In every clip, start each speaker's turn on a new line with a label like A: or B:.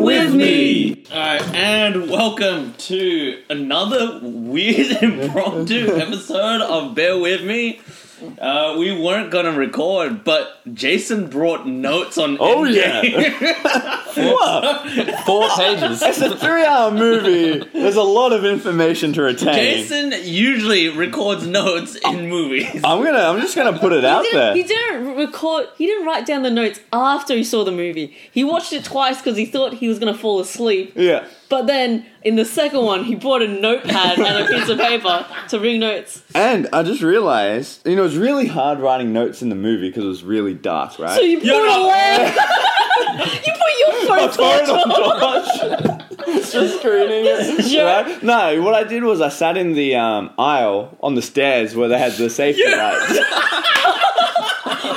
A: with me. Alright, and welcome to another weird impromptu episode of Bear With Me. Uh, we weren't gonna record, but Jason brought notes on.
B: Oh,
A: Endgame.
B: What?
C: Four pages.
B: It's a three-hour movie. There's a lot of information to retain.
A: Jason usually records notes
B: Oh.
A: in movies.
B: I'm gonna. I'm just gonna put it
D: He
B: out
D: didn't,
B: there.
D: he didn't record. He didn't write down the notes after he saw the movie. He watched it twice because he thought he was going to fall asleep.
B: Yeah.
D: But then in the second one, he brought a notepad and a piece of paper to bring notes.
B: And I just realized, you know, it's really hard writing notes in the movie because it was really dark, right?
D: So you put
A: You're
D: a
A: not-
D: lamp. you put your phone
B: Sorry,
D: torch
B: no,
D: on.
B: Josh. Just screening it.
D: Sure.
B: Right? No, what I did was I sat in the um, aisle on the stairs where they had the safety lights.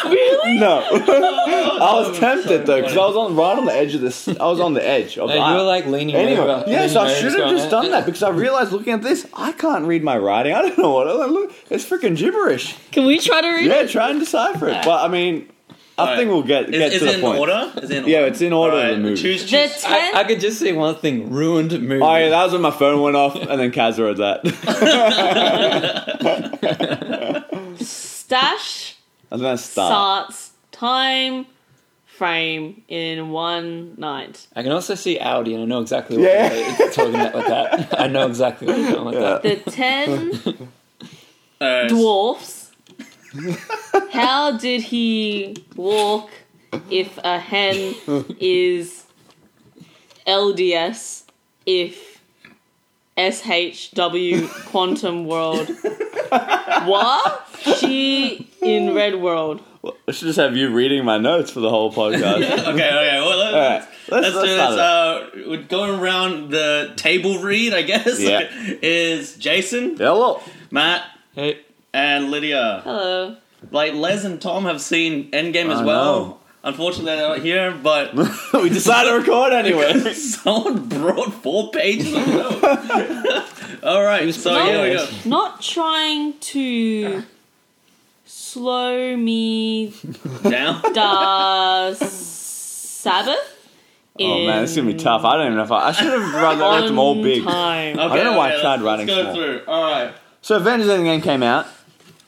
D: Really?
B: No, I was tempted though because I was on right on the edge of this. I was on the edge of the
C: And you
B: aisle.
C: were like leaning
B: Anyway,
C: over.
B: yes,
C: leaning
B: I
C: over,
B: should have
C: going,
B: just done that because I realized looking at this, I can't read my writing. I don't know what. I look, it's freaking gibberish.
D: Can we try to read?
B: Yeah,
D: it?
B: try and decipher it. But I mean, I
A: Alright.
B: think we'll get
A: Is,
B: get
A: is
B: to
A: it
B: the
A: in
B: point.
A: order? Is it in
B: Yeah, it's in order in
A: Alright,
B: the movie.
A: Choose,
D: The
A: choose.
D: ten.
C: I, I could just see one thing ruined movie.
B: Oh yeah, that was when my phone went off, and then Kaz read that.
D: stash
B: And then I start.
D: starts time frame in one night.
C: I can also see Audi and I know exactly what
B: Yeah.
C: they're talking about with that. I know exactly what they're talking about
D: The ten
A: Alright,
D: dwarfs. How did he walk if a hen is LDS if SHW quantum world? What? She in red world.
B: I should just have you reading my notes for the whole podcast.
A: Okay, okay. Well, let-
B: All right,
A: Let's, do this.
B: start
A: Uh, we're going around the table read, I guess.
B: Yeah.
A: is Jason,
B: it. Hello.
A: Matt,
C: Hey,
A: and Lydia.
D: Hello.
A: Like Les and Tom have seen Endgame as
B: I
A: well.
B: know.
A: Unfortunately, they're not here, but
B: we decided to record anyway. Oh,
A: someone brought four pages of notes. All right, so
D: No.
A: Oh, here we go.
D: Not trying to slow me
A: Down.
D: da Sabbath.
B: Oh man, it's gonna be tough. I don't even know if I, I should have rather wrote them all big.
D: Time.
A: Okay,
B: know why I
A: okay,
B: tried
A: let's-
B: writing
A: Let's go
B: small.
A: through. All right.
B: So Avengers Endgame came out.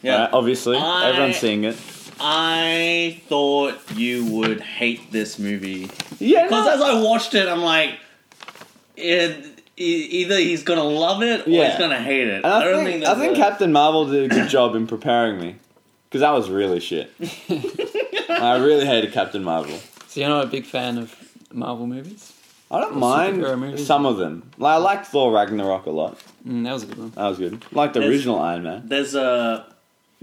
A: Yeah.
B: right, obviously,
A: I-
B: everyone's seeing it.
A: I thought you would hate this movie.
B: Yeah,
A: Because as I watched it, I'm like, it, e- either he's gonna love it or he's
B: Yeah.
A: gonna hate it.
B: And I,
A: don't
B: think,
A: think,
B: I think
A: that's
B: Captain Marvel did a good job in preparing me because that was really shit. I really hated Captain Marvel.
C: so you're not a big fan of Marvel movies?
B: I don't
C: superhero movies.
B: mind some of them. Like I liked Thor Ragnarok a lot.
C: Mm, that was a good one.
B: That was good. Like the
A: There's-
B: original Iron Man.
A: there's a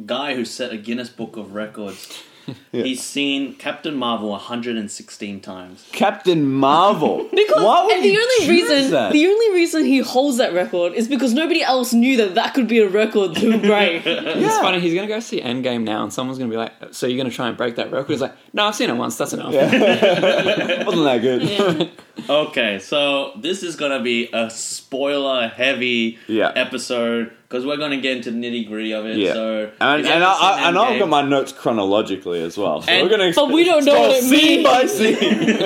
A: guy who set a Guinness Book of Records.
B: Yeah.
A: He's seen Captain Marvel 116 times.
B: Captain Marvel.
D: Because
B: Why would
D: and the
B: you
D: only
B: choose
D: reason
B: that?
D: the only reason he holds that record is because nobody else knew that that could be a record to break.
C: It's
B: Yeah.
C: funny, he's going to go see Endgame now and someone's going to be like, so you're going to try and break that record? He's like, no, I've seen it once, that's enough.
B: wasn't that good.
A: Okay, so this is gonna be a spoiler heavy
B: Yeah.
A: episode because we're gonna get into the nitty gritty of it.
B: Yeah.
A: So
B: And,
A: if you
B: and I,
A: haven't
B: I,
A: seen
B: and I've
A: Endgame-
B: got my notes chronologically as well. So
A: And-
B: we're gonna
D: But we don't know
B: explore
D: what it
B: scene
D: means.
B: by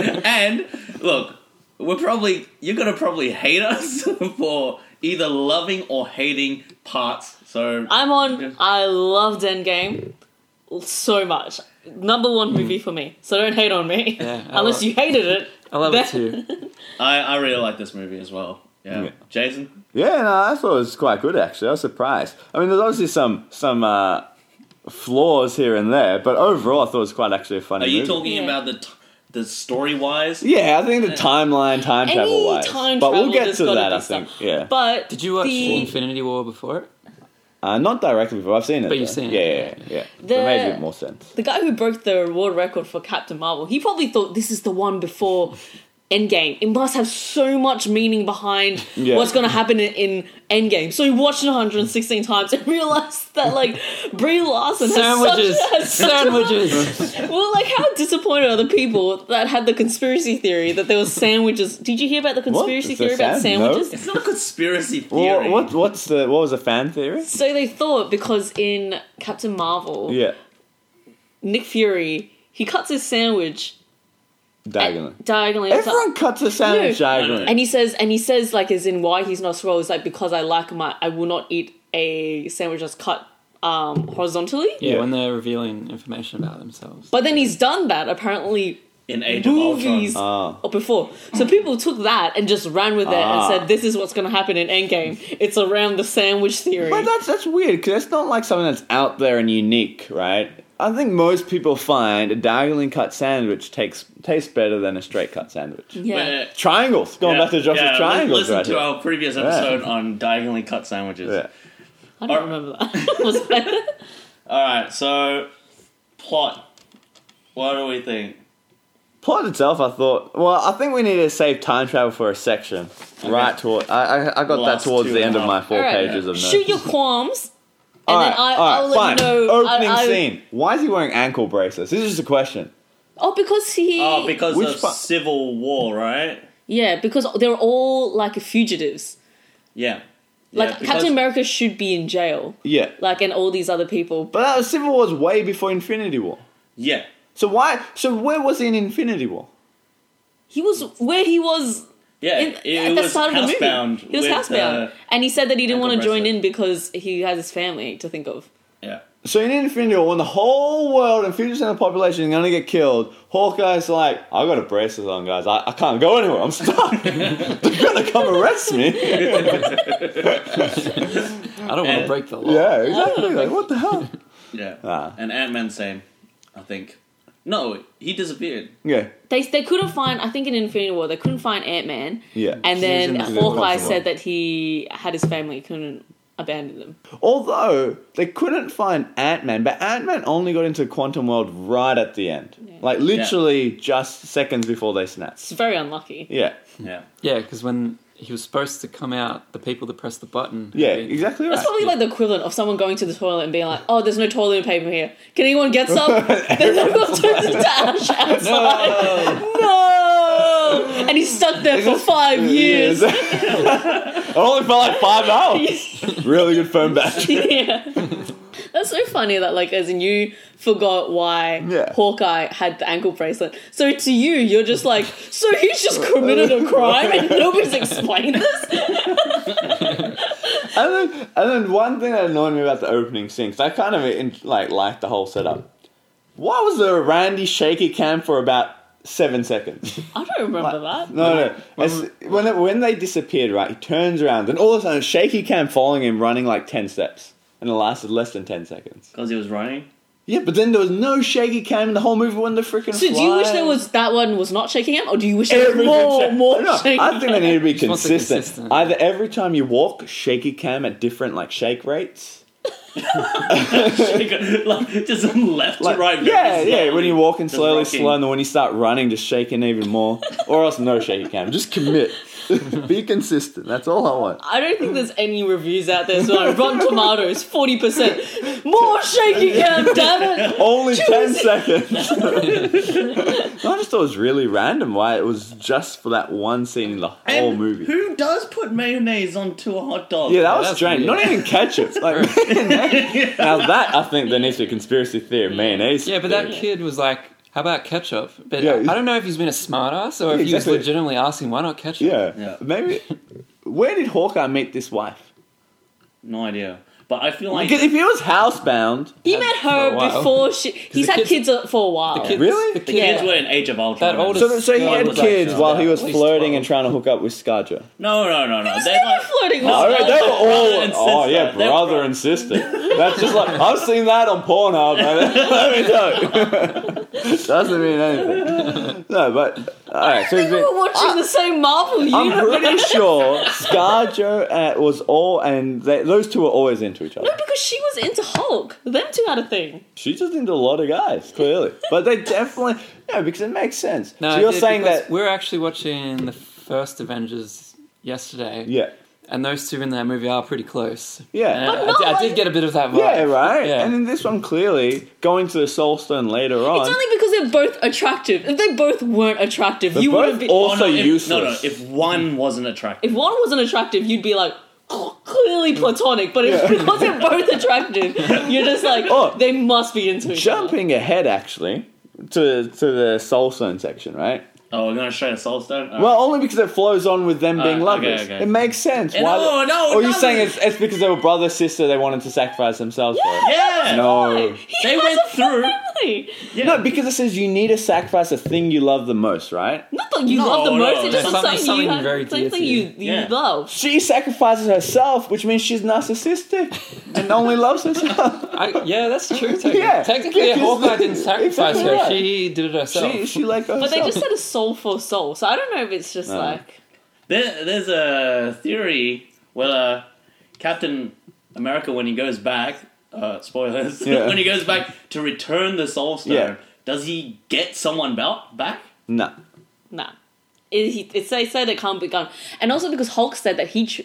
B: scene.
A: And look, we're probably you're gonna probably hate us for either loving or hating parts. So
D: I'm on I loved Endgame so much. Number one movie
B: Hmm.
D: for me. So don't hate on me.
C: Yeah, I
D: Unless
C: love-
D: you hated it.
C: I love it too.
A: I, I really like this movie as well. Yeah,
B: Yeah.
A: Jason.
B: Yeah, no, I thought it was quite good actually. I was surprised. I mean, there's obviously some some uh, flaws here and there, but overall, I thought it was quite actually a funny.
A: Are you
B: movie.
A: talking
D: Yeah.
A: about the t- the story wise?
B: Yeah, I think the timeline, time travel
D: Any
B: wise,
D: time
B: but
D: travel
B: we'll get
D: there's
B: to
D: gotta
B: that.
D: be
B: I think.
D: some-
B: Yeah,
D: But
C: Did you watch
D: the,
C: Infinity War before it?
B: uh, not directly before. I've seen it.
C: But you've
B: though.
C: seen it.
B: yeah, Yeah, yeah, yeah. So it
D: The-
B: made a bit more sense.
D: the guy who broke the world record for Captain Marvel, he probably thought this is the one before Endgame. It must have so much meaning behind
B: Yeah.
D: what's going to happen in, in Endgame. So he watched it 116 times and realized that like Brie Larson
C: Sandwiches!
D: has such, has
C: Sandwiches!
D: such- well, like how disappointed are the people that had the conspiracy theory that there was sandwiches? Did you hear about the conspiracy
B: It's a
D: theory about
B: sand- no.
D: sandwiches?
A: It's not a conspiracy
B: Well,
A: theory.
B: what what's the what was the fan theory?
D: So they thought because in Captain Marvel,
B: Yeah,
D: Nick Fury, he cuts his sandwich
B: Diagonally.
D: diagonally. It's like-
B: Everyone cuts a sandwich
D: Eh, No.
B: diagonally.
D: and he says, and he says, like, as in why he's not swole is like because I like my, I will not eat a sandwich that's cut um horizontally.
C: Yeah,
B: Yeah.
C: when they're revealing information about themselves.
D: But then he's done that apparently
A: in Age
D: movies
A: of Ultron.
B: Ah.
D: or before. So people took that and just ran with it
B: Ah.
D: and said, "This is what's going to happen in Endgame. It's around the sandwich theory."
B: But that's that's weird because that's not like something that's out there and unique, right? I think most people find a diagonally cut sandwich takes tastes better than a straight cut sandwich.
D: yeah.
A: Where-
B: Triangles. Going
A: Mm. yeah,
B: back to Oh, Josh's
A: yeah, li-
B: triangles,
A: Listen
B: right?
A: to
B: here.
A: our previous episode on diagonally cut sandwiches.
B: yeah.
D: I
A: Or-
D: don't remember that. Was that-
A: All right, so plot. What do we think?
B: Plot itself, I thought. Well, I think we need to save time travel for a section. Right toward. I I, I got
A: Last
B: that towards
A: two
B: the
A: and
B: end
A: a
B: of my
A: half.
B: four
D: All right.
B: pages of notes.
D: Shoot your qualms,
B: All
D: and
B: right,
D: then I,
B: all right,
D: I'll let
B: fine.
D: you know. I-
B: Opening
D: I-
B: scene. Why is he wearing ankle bracelets? This is just a question.
D: Oh, because he.
A: Oh, because
B: Which
A: of
B: part-
A: Civil War, right?
D: yeah, because they're all like fugitives.
A: Yeah.
D: Like
A: yeah, because-
D: Captain America should be in jail,
B: Yeah,
D: like, and all these other people.
B: but that was Civil War's way before Infinity War.
A: Yeah.
B: So why? So where was he in Infinity War?
D: He was where he was
A: Yeah.
D: in,
A: it, it
D: at the
A: was
D: start of the
A: housebound.
D: movie. He was
A: with,
D: housebound,
A: uh,
D: and he said that he didn't want to
A: Uncle
D: join
A: Russell.
D: in because he has his family to think of.
A: yeah.
B: So in Infinity War, when the whole world and 50% of the population is going to get killed, Hawkeye's like, I got a bracelet on, guys. I, I can't go anywhere. I'm stuck. They're going to come arrest me.
C: I don't want
A: And-
C: to break the law.
B: yeah, exactly. Like, what the hell?
A: Yeah.
B: Ah.
A: And Ant Man same, I think. No, he disappeared.
B: Yeah,
D: They they couldn't find. I think in Infinity War they couldn't find Ant Man,
B: yeah.
D: and then
C: He's in the
D: Hawkeye
B: Infinity War.
D: said that he had his family, couldn't abandon them.
B: Although they couldn't find Ant Man, but Ant Man only got into Quantum World right at the end. Like literally just seconds before they snatched.
D: It's very unlucky.
B: Yeah,
A: Yeah.
C: Yeah, because when he was supposed to come out, the people that pressed the button.
B: yeah, exactly right.
D: That's probably like the equivalent of someone going to the toilet and being like, "Oh, there's no toilet paper here. Can anyone get some?" then everyone turns into ash outside. No. and he's stuck there for five years.
B: I only for like five hours. really good phone battery.
D: yeah. That's so funny that like as in you forgot why
B: Yeah.
D: Hawkeye had the ankle bracelet. So to you, you're just like, so he's just committed a crime and nobody's explained this?
B: And then, and then one thing that annoyed me about the opening scene, 'cause I kind of in, like liked the whole setup. Why was there a Randy shaky cam for about seven seconds?
D: I don't remember that.
B: No, no. As, when, it, when they disappeared, right, he turns around and all of a sudden, shaky cam following him, running like 10 steps. And it lasted less than 10 seconds.
A: Because he was running.
B: Yeah, but then there was no shaky cam in the whole movie when the freaking
D: So do you wish there was that one was not shaking him, or do you wish there was
B: Everything
D: more,
B: sha-
D: more
B: no,
D: shaking?
B: I think they need to be
C: wants it
B: consistent.
C: consistent.
B: Either every time you walk, shaky cam at different like shake rates.
A: like, just some left
B: Like,
A: to right.
B: yeah,
A: very
B: yeah.
A: slowly,
B: When you're walking
A: just
B: slowly,
A: rocking.
B: slow, and then when you start running, just shaking even more. or else, no shaky cam. Just commit. be consistent. That's all I want.
D: I don't think there's any reviews out there. So like, Rotten Tomatoes, forty percent. More shaking him, damn it!
B: Only ten
D: Jesus.
B: seconds. I just thought it was really random. Why it was just for that one scene in the
A: And
B: whole movie.
A: Who does put mayonnaise onto a hot dog?
B: yeah, that was
C: that's
B: strange.
C: weird.
B: Not even ketchup. Like now that I think there needs to be a conspiracy theory, mayonnaise.
C: Yeah, but that kid was like, how about ketchup? But
B: Yeah,
C: I,
B: he's-
C: I don't know if he's been a smartass or if he was
B: exactly.
C: legitimately asking, why not ketchup?
B: yeah.
A: Yeah.
B: maybe. Where did Hawkeye meet this wife?
A: No idea. But I feel like
B: Because if he was housebound,
D: He met her
C: For a while.
D: before she. He's
C: the
D: had kids
C: kids-
D: uh, for a while.
C: Kids-
B: Really?
C: The
B: The
C: kids
A: kids
D: yeah.
A: were in Age of Ultron.
C: That oldest
B: so, so he
C: guy
B: had
C: was like,
B: kids
C: uh,
B: while he
C: at
B: was
C: least
B: flirting
C: 12.
B: and trying to hook up with Scarja.
A: No, no, no, no.
D: He's
A: They're
D: never
A: like,
D: flirting with
B: Oh, right, they were
D: Scarlett.
B: all.
A: Brother and
B: oh
A: sister.
B: yeah,
A: They were
B: brother
A: bro-
B: and sister. That's just like I've seen that on Pornhub. man. Let me tell you, doesn't mean anything. No, but all right. So he's
D: We
B: been,
D: were watching the same Marvel
B: I'm
D: universe
B: pretty sure ScarJo uh, was all, and they, those two were always into each other.
D: because she was into Hulk. Them two had a thing.
B: She's just into a lot of guys, clearly. But they definitely no, because it makes sense.
C: No,
B: so
C: I
B: you're
C: did
B: saying
C: because
B: that,
C: we're actually watching the first Avengers yesterday.
B: yeah.
C: and those two in that movie are pretty close.
B: Yeah.
C: And
B: But
C: I- I,
D: not
C: did- I
D: like-
C: did get a bit of that vibe.
B: Yeah, right.
C: Yeah.
B: And in this one, clearly going to the Soul Stone later on.
D: It's only because they're both attractive. If they both weren't attractive,
B: They're
D: you would have
B: both
D: been.
B: all- Also
A: no, if, no, no.
B: useless.
A: If one wasn't
D: if
A: attractive,
D: one wasn't attractive, you'd be like, "Oh, clearly platonic, but it's because they're both attractive. You're just like,
B: Oh.
D: they must be into each other.
B: Jumping ahead, actually, to to the Soul Stone section, right?
A: Oh, we're gonna show the Soulstone? Oh.
B: Well, only because it flows on with them being
A: Uh, okay,
B: lovers.
A: okay.
B: It makes sense.
A: Eh, no, no, it
B: Or you're
A: doesn't.
B: saying it's, it's because they were brother sister, they wanted to sacrifice themselves for it?
A: yeah!
B: No.
D: He
A: They
D: has
A: went
D: a
A: through-
D: family.
A: yeah.
B: No, because it says you need to sacrifice a thing you love the most, right?
D: Not that you
A: No,
D: love the
A: no,
D: most, it's
A: there's
D: just
C: something-
D: something,
C: something
D: you have,
C: very dear
D: something
C: to you.
D: you, you
A: Yeah.
D: love.
B: She sacrifices herself, which means she's narcissistic and only loves herself.
C: I, yeah, that's true. Technically,
B: Yeah,
C: technically
B: because-
C: Hawkeye didn't sacrifice
B: Exactly
C: her.
B: right.
C: She did it herself.
B: she, she like herself.
D: But they just said a soul for soul, so I don't know if it's just
B: No.
D: like.
A: There, there's a theory where uh, Captain America, when he goes back, uh, spoilers,
B: Yeah.
A: when he goes back to return the Soul Stone,
B: Yeah.
A: does he get someone back? back?
B: no.
D: Nah. It, he, it's, they said it can't be gone. And also because Hulk said that he. Ch-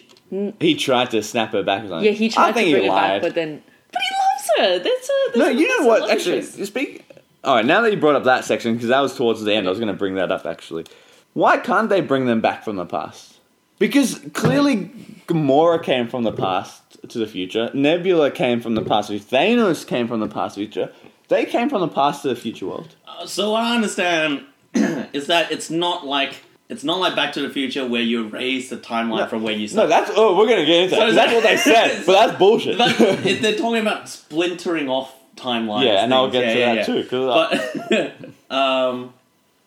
B: He tried to snap her back.
D: yeah, he tried
B: I
D: to
B: think
D: bring
B: he
D: it back,
B: lied.
D: but then. But he loves her! That's a. That's
B: no,
D: a,
B: you
D: that's
B: know
D: a
B: what?
D: love
B: Actually,
D: interest.
B: you speak. All right, now that you brought up that section, because that was towards the end, I was going to bring that up actually. Why can't they bring them back from the past? Because clearly, Gamora came from the past to the future. Nebula came from the past. to the future. Thanos came from the past to the future. They came from the past to the future world.
A: Uh, so what I understand is that it's not like it's not like Back to the Future where you erase the timeline
B: No.
A: from where you
B: No,
A: started.
B: that's oh, we're gonna get into that.
A: So-
B: that's what they said, but that's bullshit.
A: but it- they're talking about splintering off timelines.
B: Yeah, and I'll
A: things.
B: get to that
A: yeah, yeah,
B: too, 'cause
A: yeah. But um,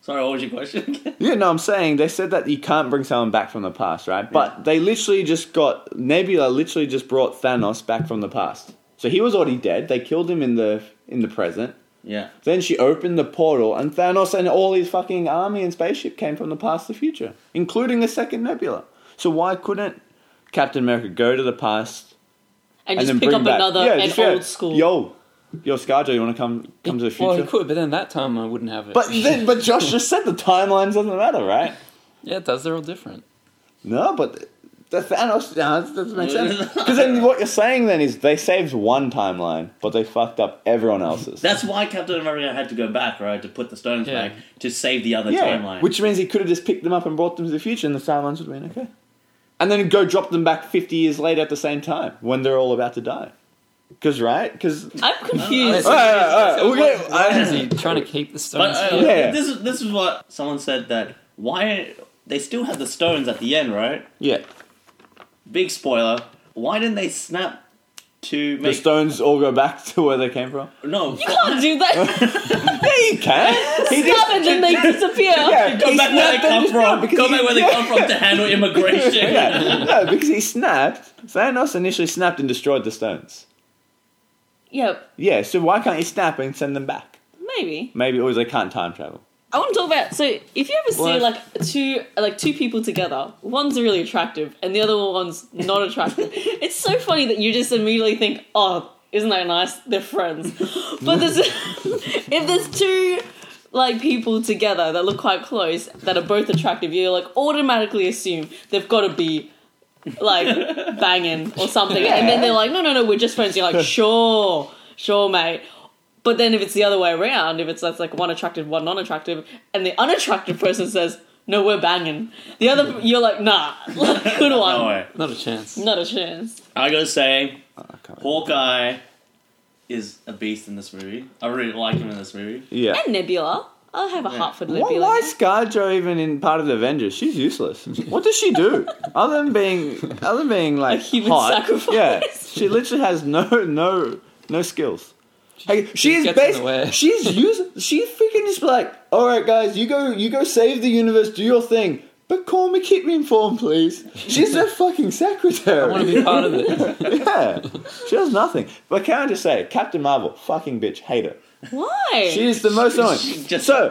A: sorry, what was your question? again?
B: Yeah, no, I'm saying they said that you can't bring someone back from the past, right? But they literally just got Nebula. Literally just brought Thanos back from the past. So he was already dead. They killed him in the in the present.
A: yeah.
B: Then she opened the portal, and Thanos and all his fucking army and spaceship came from the past, to the future, including the second Nebula. So why couldn't Captain America go to the past and
D: and just
B: then
D: pick
B: bring
D: up
B: back?
D: another
B: yeah,
D: an
B: just, yeah,
D: old school.
B: Yo, yo, ScarJo, you want to come come to the
C: Well, he
B: future?
C: could, but then that time I wouldn't have it.
B: but then, but Josh just said the timelines doesn't matter, right?
C: yeah, it does. They're all different.
B: No, but the Thanos no, that doesn't make sense. Because then what you're saying then is they saved one timeline, but they fucked up everyone else's.
A: That's why Captain America had to go back, right, to put the stones
C: Yeah.
A: back to save the other
B: yeah,
A: timeline.
B: which means he could have just picked them up and brought them to the future, and the timelines would have been okay. And then go drop them back 50 years later at the same time when they're all about to die. Because right? Because
D: I'm
B: Alright,
D: confused.
B: alright, alright, we're
C: Why-
B: gonna-
C: why is he trying to keep the
A: but
C: stones?
A: uh,
C: here?
B: Yeah.
A: this is this is what someone said that why they still had the stones at the end, right?
B: yeah,
A: Big spoiler. Why didn't they snap to
B: the
A: make
B: stones all go back to where they came from.
A: no?
D: you can't do that!
B: Yeah, you can. He
D: Stop
B: just-
D: it and they disappear!
B: Yeah,
A: Go
B: he
A: back where they
B: snapped them-
A: come
B: no,
A: from.
B: because
A: Go
B: he-
A: back where they
B: yeah.
A: come from to handle immigration.
B: yeah, no, because he snapped. Thanos initially snapped and destroyed the stones.
D: Yeah,
B: Yeah, so why can't you snap and send them back?
D: maybe.
B: Maybe or they can't time travel.
D: I want to talk about so if you ever see
C: What?
D: like two like two people together, one's really attractive and the other one's not attractive. it's so funny that you just immediately think, oh, isn't that nice? They're friends. but there's, if there's two like people together that look quite close that are both attractive, you like automatically assume they've got to be like banging or something, and then they're like, no, no, no, we're just friends. You're like, sure, sure, mate. But then if it's the other way around, if it's that's like one attractive, one non-attractive, and the unattractive person says, "No, we're banging," the other you're like, "Nah, good one,
A: No way.
C: Not a chance.
D: not a chance."
A: I gotta say,
B: Oh, I can't remember.
A: Hawkeye is a beast in this movie. I really like him in this movie.
B: Yeah.
D: And Nebula, I'll have a heart for
B: Why,
D: Nebula.
B: why is ScarJo even in part of the Avengers? She's useless. What does she do other than being other than being like
D: human
B: hot,
D: sacrifice.
B: Yeah, she literally has no no no skills. Hey, she is
C: gets in the
B: basically
C: way.
B: she's used. She freaking just be like, all right, guys, you go you go save the universe, do your thing, but call me, keep me informed, please. She's their fucking secretary.
C: I want to be part of it.
B: yeah, she does nothing. But can I just say, Captain Marvel, fucking bitch, hate her.
D: Why?
B: She is the most annoying.
A: she just-
B: So,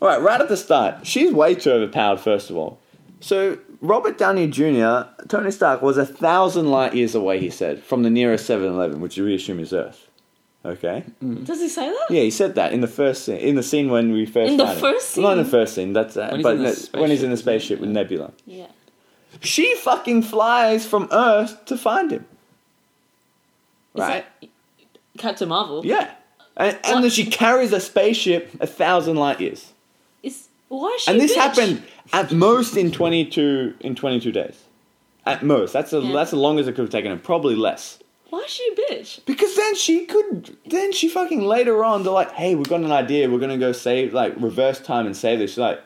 B: all right, right at the start, she's way too overpowered. First of all, so Robert Downey Jr. Tony Stark was a thousand light years away. He said from the nearest 7-Eleven, which we assume is Earth. Okay.
D: Does he say that?
B: Yeah, he said that in the first scene, in the scene when we first
D: In the
B: find him.
D: first
B: Well, not in
D: scene?
B: the first scene. That's uh,
C: When he's
B: but
C: in the
B: that's- when he's in the
C: spaceship.
B: spaceship with Nebula.
D: Yeah.
B: She fucking flies from Earth to find him.
D: Is
B: Right.
D: that Captain Marvel.
B: Yeah. And, and then she carries a spaceship a thousand light years.
D: Is why is she?
B: and
D: a
B: this
D: bitch?
B: happened at most in 22 in 22 days at most. That's a,
D: Yeah.
B: that's as long as it could have taken her, probably less.
D: Why is she a bitch?
B: Because then she could, then she fucking later on, they're like, hey, we've got an idea, we're gonna go save, like, reverse time and save this. She's like,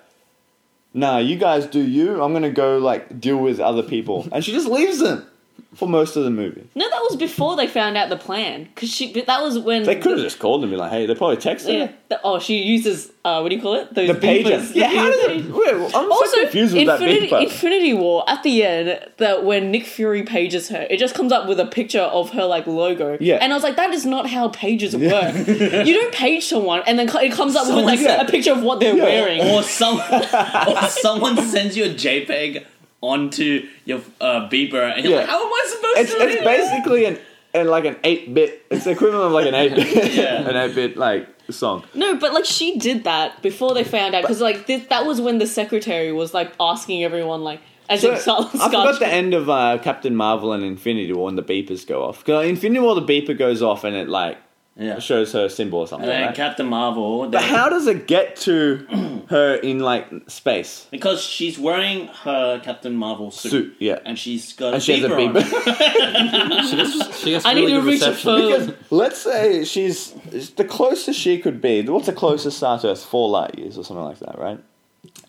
B: nah, you guys do you, I'm gonna go, like, deal with other people. And she just leaves them for most of the movie.
D: No, that was before they found out the plan. Cause she, but that was when
B: They could have just called and be like, hey, they probably texted her.
D: Yeah. The- oh, she uses uh, what do you call it? Those
B: The
D: beepers.
B: pager.
D: The
B: Yeah, how
D: beeper.
B: does it, wait, I'm
D: Also,
B: so confused with
D: Infinity,
B: that beeper.
D: Infinity War at the end, that when Nick Fury pages her, it just comes up with a picture of her like logo.
B: Yeah.
D: and I was like, that is not how pages work. you don't page someone and then co- it comes up with
B: Someone-
D: like
B: yeah.
D: a picture of what they're
B: Yeah.
D: wearing.
A: or someone or someone sends you a JPEG onto your uh, beeper, and you're
B: Yeah.
A: like, "How am I supposed
B: it's,
A: to?" read
B: it's
A: it?"
B: basically an, an like an eight bit. It's the equivalent of like an eight bit,
A: Yeah.
B: an eight bit like song.
D: No, but like she did that before they found out because like th- that was when the secretary was like asking everyone like as
B: So,
D: in
B: I
D: Scotland.
B: forgot the end of uh, Captain Marvel and Infinity War, and the beepers go off. Because Infinity War, the beeper goes off, and it like
A: Yeah.
B: shows her symbol or something.
A: And then
B: right?
A: Captain Marvel,
B: but
A: they-
B: how does it get to her in like space
A: because she's wearing her Captain Marvel suit,
B: suit? Yeah,
A: and she's got
B: and she has a
A: beeper on.
B: beeper.
C: She gets, she gets
D: I
C: really
D: need to
C: good
D: reach a
C: reception.
D: phone.
B: because let's say she's the closest she could be. What's the closest star to us? Four light years or something like that, right?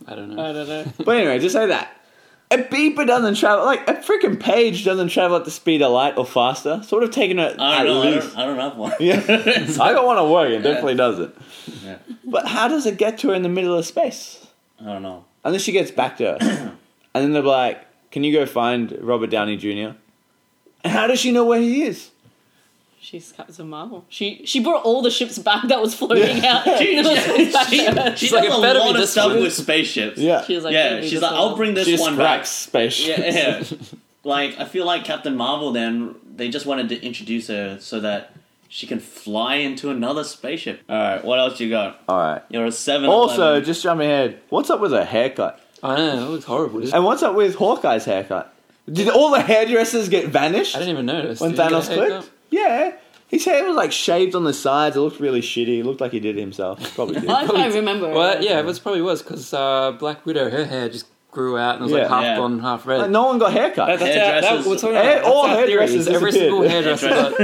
C: I don't know.
D: I don't know.
B: But anyway, just say that. A beeper doesn't travel, like, a freaking page doesn't travel at the speed of light or faster. So it would have taken it
A: I
B: at
A: don't know. I
B: least.
A: don't, I don't have one.
B: Yeah. I don't want to worry, it definitely doesn't.
A: Yeah.
B: But how does it get to her in the middle of space?
A: I don't know.
B: And then she gets back to Earth. and then they're like, can you go find Robert Downey Jr.? And how does she know where he is?
D: She's Captain Marvel. She she brought all the ships back that was floating out.
A: She,
D: And it was
A: she,
D: back
A: she,
D: to Earth.
A: she does
C: like,
A: a
C: it better be
A: lot of
C: this
A: stuff
C: one.
A: with spaceships.
B: Yeah.
D: She was like,
A: yeah,
D: "Give me
A: she's
D: this
A: like, I'll
D: one."
A: bring this
B: She just
A: one
B: cracks
A: back.
B: space.
A: Yeah, yeah. like I feel like Captain Marvel. Then they just wanted to introduce her so that she can fly into another spaceship. All right, what else you got?
B: All right.
A: You're a seven.
B: Also, just jumping ahead, what's up with her haircut?
C: I don't know. It looks horrible. Just-
B: And what's up with Hawkeye's haircut? Did all the hairdressers get vanished?
C: I didn't even notice.
B: when
C: Did you get
B: Thanos
C: a haircut?
B: clicked? Yeah. His hair was like shaved on the sides. It looked really shitty. It looked like he did it himself. Probably did.
D: I can't remember.
C: Well, yeah, it was probably was because uh, Black Widow, her hair just grew out and was
B: Yeah.
C: like half
A: Yeah.
C: blonde, half red.
B: Like, no one got haircut.
A: that's how- that- we're
C: we're
A: talking
C: talking
B: about- Hair- all that's our theory, hairdressers is every
C: every
B: disappeared. single
C: single hairdresser.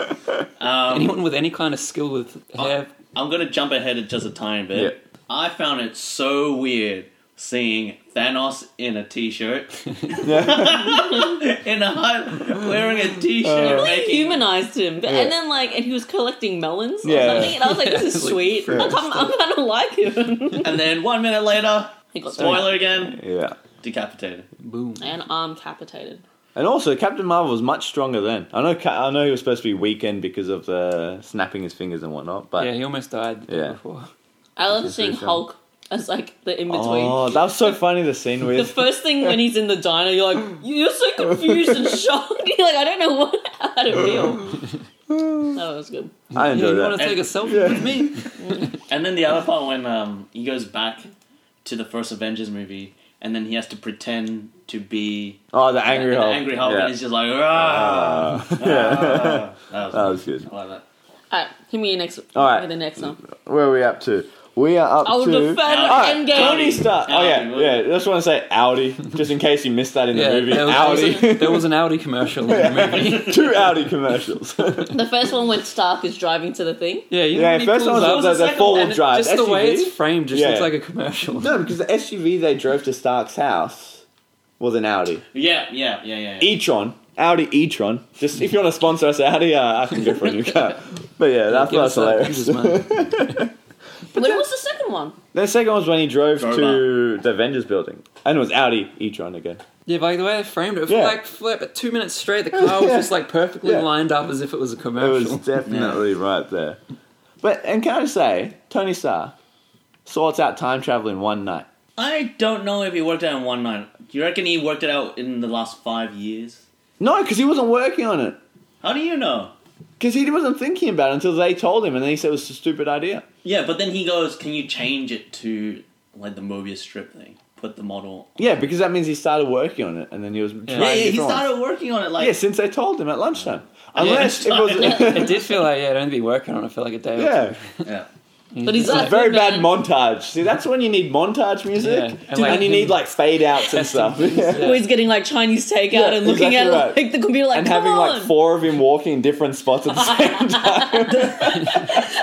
A: hairdresser
C: snaps.
A: disappeared. Um,
C: Anyone with any kind of skill with hair,
A: I'm gonna jump ahead just a tiny bit. I found it so weird seeing Thanos in a t-shirt, in a hut, wearing a t-shirt,
B: Uh.
D: They
A: making
D: humanized him, but,
B: Yeah.
D: and then like, and he was collecting melons or
B: Yeah.
D: something, and I was like, "This is
C: Like,
D: sweet.
C: fruit
D: I'm, I'm, I'm kind of like him."
A: and then one minute later,
D: he got
A: spoiler again,
B: Yeah.
A: decapitated.
C: boom.
D: and arm capitated.
B: And also, Captain Marvel was much stronger then. I know. Ca- I know he was supposed to be weakened because of the snapping his fingers and whatnot. But
C: Yeah, he almost died the day
B: Yeah.
C: before.
D: I love
B: This is
D: seeing
B: really
D: Hulk as like the in between.
B: oh, that was so funny. The scene
D: The
B: with
D: first thing when he's in the diner, you're like, you're so confused and shocked. You're like, I don't know what how to feel. That was good.
B: I
C: You
B: enjoyed
C: want
B: that.
C: to take a selfie
B: Yeah.
C: with me?
A: And then the other part when um, he goes back to the first Avengers movie, and then he has to pretend to be
B: Oh, the angry
A: an
B: Hulk.
A: angry Hulk,
B: Yeah.
A: and he's just like, "Rah!"
B: Uh, yeah.
A: Ah. that, was
B: That was good.
A: I like that.
D: All right, give me your next.
B: All right.
D: with the next one.
B: Where are we up to? We are up
D: I would
B: to.
D: prefer
A: All
D: right,
B: Alright,
D: Endgame.
B: Tony Stark. Oh
A: Audi,
B: yeah,
A: wouldn't
B: yeah. Just want to say Audi, just in case you missed that in the
C: Yeah,
B: movie.
C: there was,
B: Audi,
C: There was, there was an Audi commercial in the movie.
B: two Audi commercials.
D: The first one when Stark is driving to the thing.
C: Yeah, you know
B: Yeah,
C: when he
B: first
C: pulls
B: one was
C: up-
B: the- the
C: second
B: four-wheel
C: and
B: drive
C: Just the way
B: SUV.
C: it's framed just
B: Yeah.
C: looks like a commercial.
B: no, because the SUV they drove to Stark's house was an Audi
A: Yeah, yeah, yeah, yeah. yeah.
B: e-tron. Audi e-tron. Just if you want to sponsor us, Audi, uh, I can go for a new car. But yeah, that
C: Give
B: was
C: us that
B: hilarious.
C: Jesus, man.
D: When was the second one?
B: the second one was when he drove
A: Drove
B: to the Avengers building, and it was Audi e-tron again.
C: Yeah, like the way they framed it, it
B: Yeah.
C: yeah. like flip at two minutes straight, the car was
B: Yeah.
C: just like perfectly
B: Yeah.
C: lined up as if it was a
B: It
C: commercial.
B: was definitely right there. But and can I just say, Tony Stark sorts out time travel in one night.
A: I don't know if he worked out in one night. Do you reckon he worked it out in the last five years?
B: No, because he wasn't working on it.
A: How do you know?
B: Because he wasn't thinking about it until they told him, and then he said it was a stupid idea.
A: Yeah, but then he goes, "Can you change it to like the Mobius strip thing? Put the model."
B: Yeah, because that means he started working on it, and then he was trying
C: Yeah,
A: Yeah, yeah,
B: different
A: he
B: ones.
A: started working on it. Like,
B: Yeah, since they told him at lunchtime. Unless it was.
C: it did feel like yeah, it'd only be working on it for like a day. Or
B: yeah.
A: yeah.
D: But
B: Mm. It's
D: he's like um,
B: a very bad montage. See, that's when you need montage music,
C: Yeah,
B: and,
C: and like
B: you
C: him-
B: need like fade outs and stuff,
C: Yeah.
D: Always getting like Chinese takeout
B: Yeah,
D: and looking
B: exactly
D: at
B: right.
D: like the computer, like
B: and
D: come
B: having
D: on,
B: like four of him walking in different spots at the same time.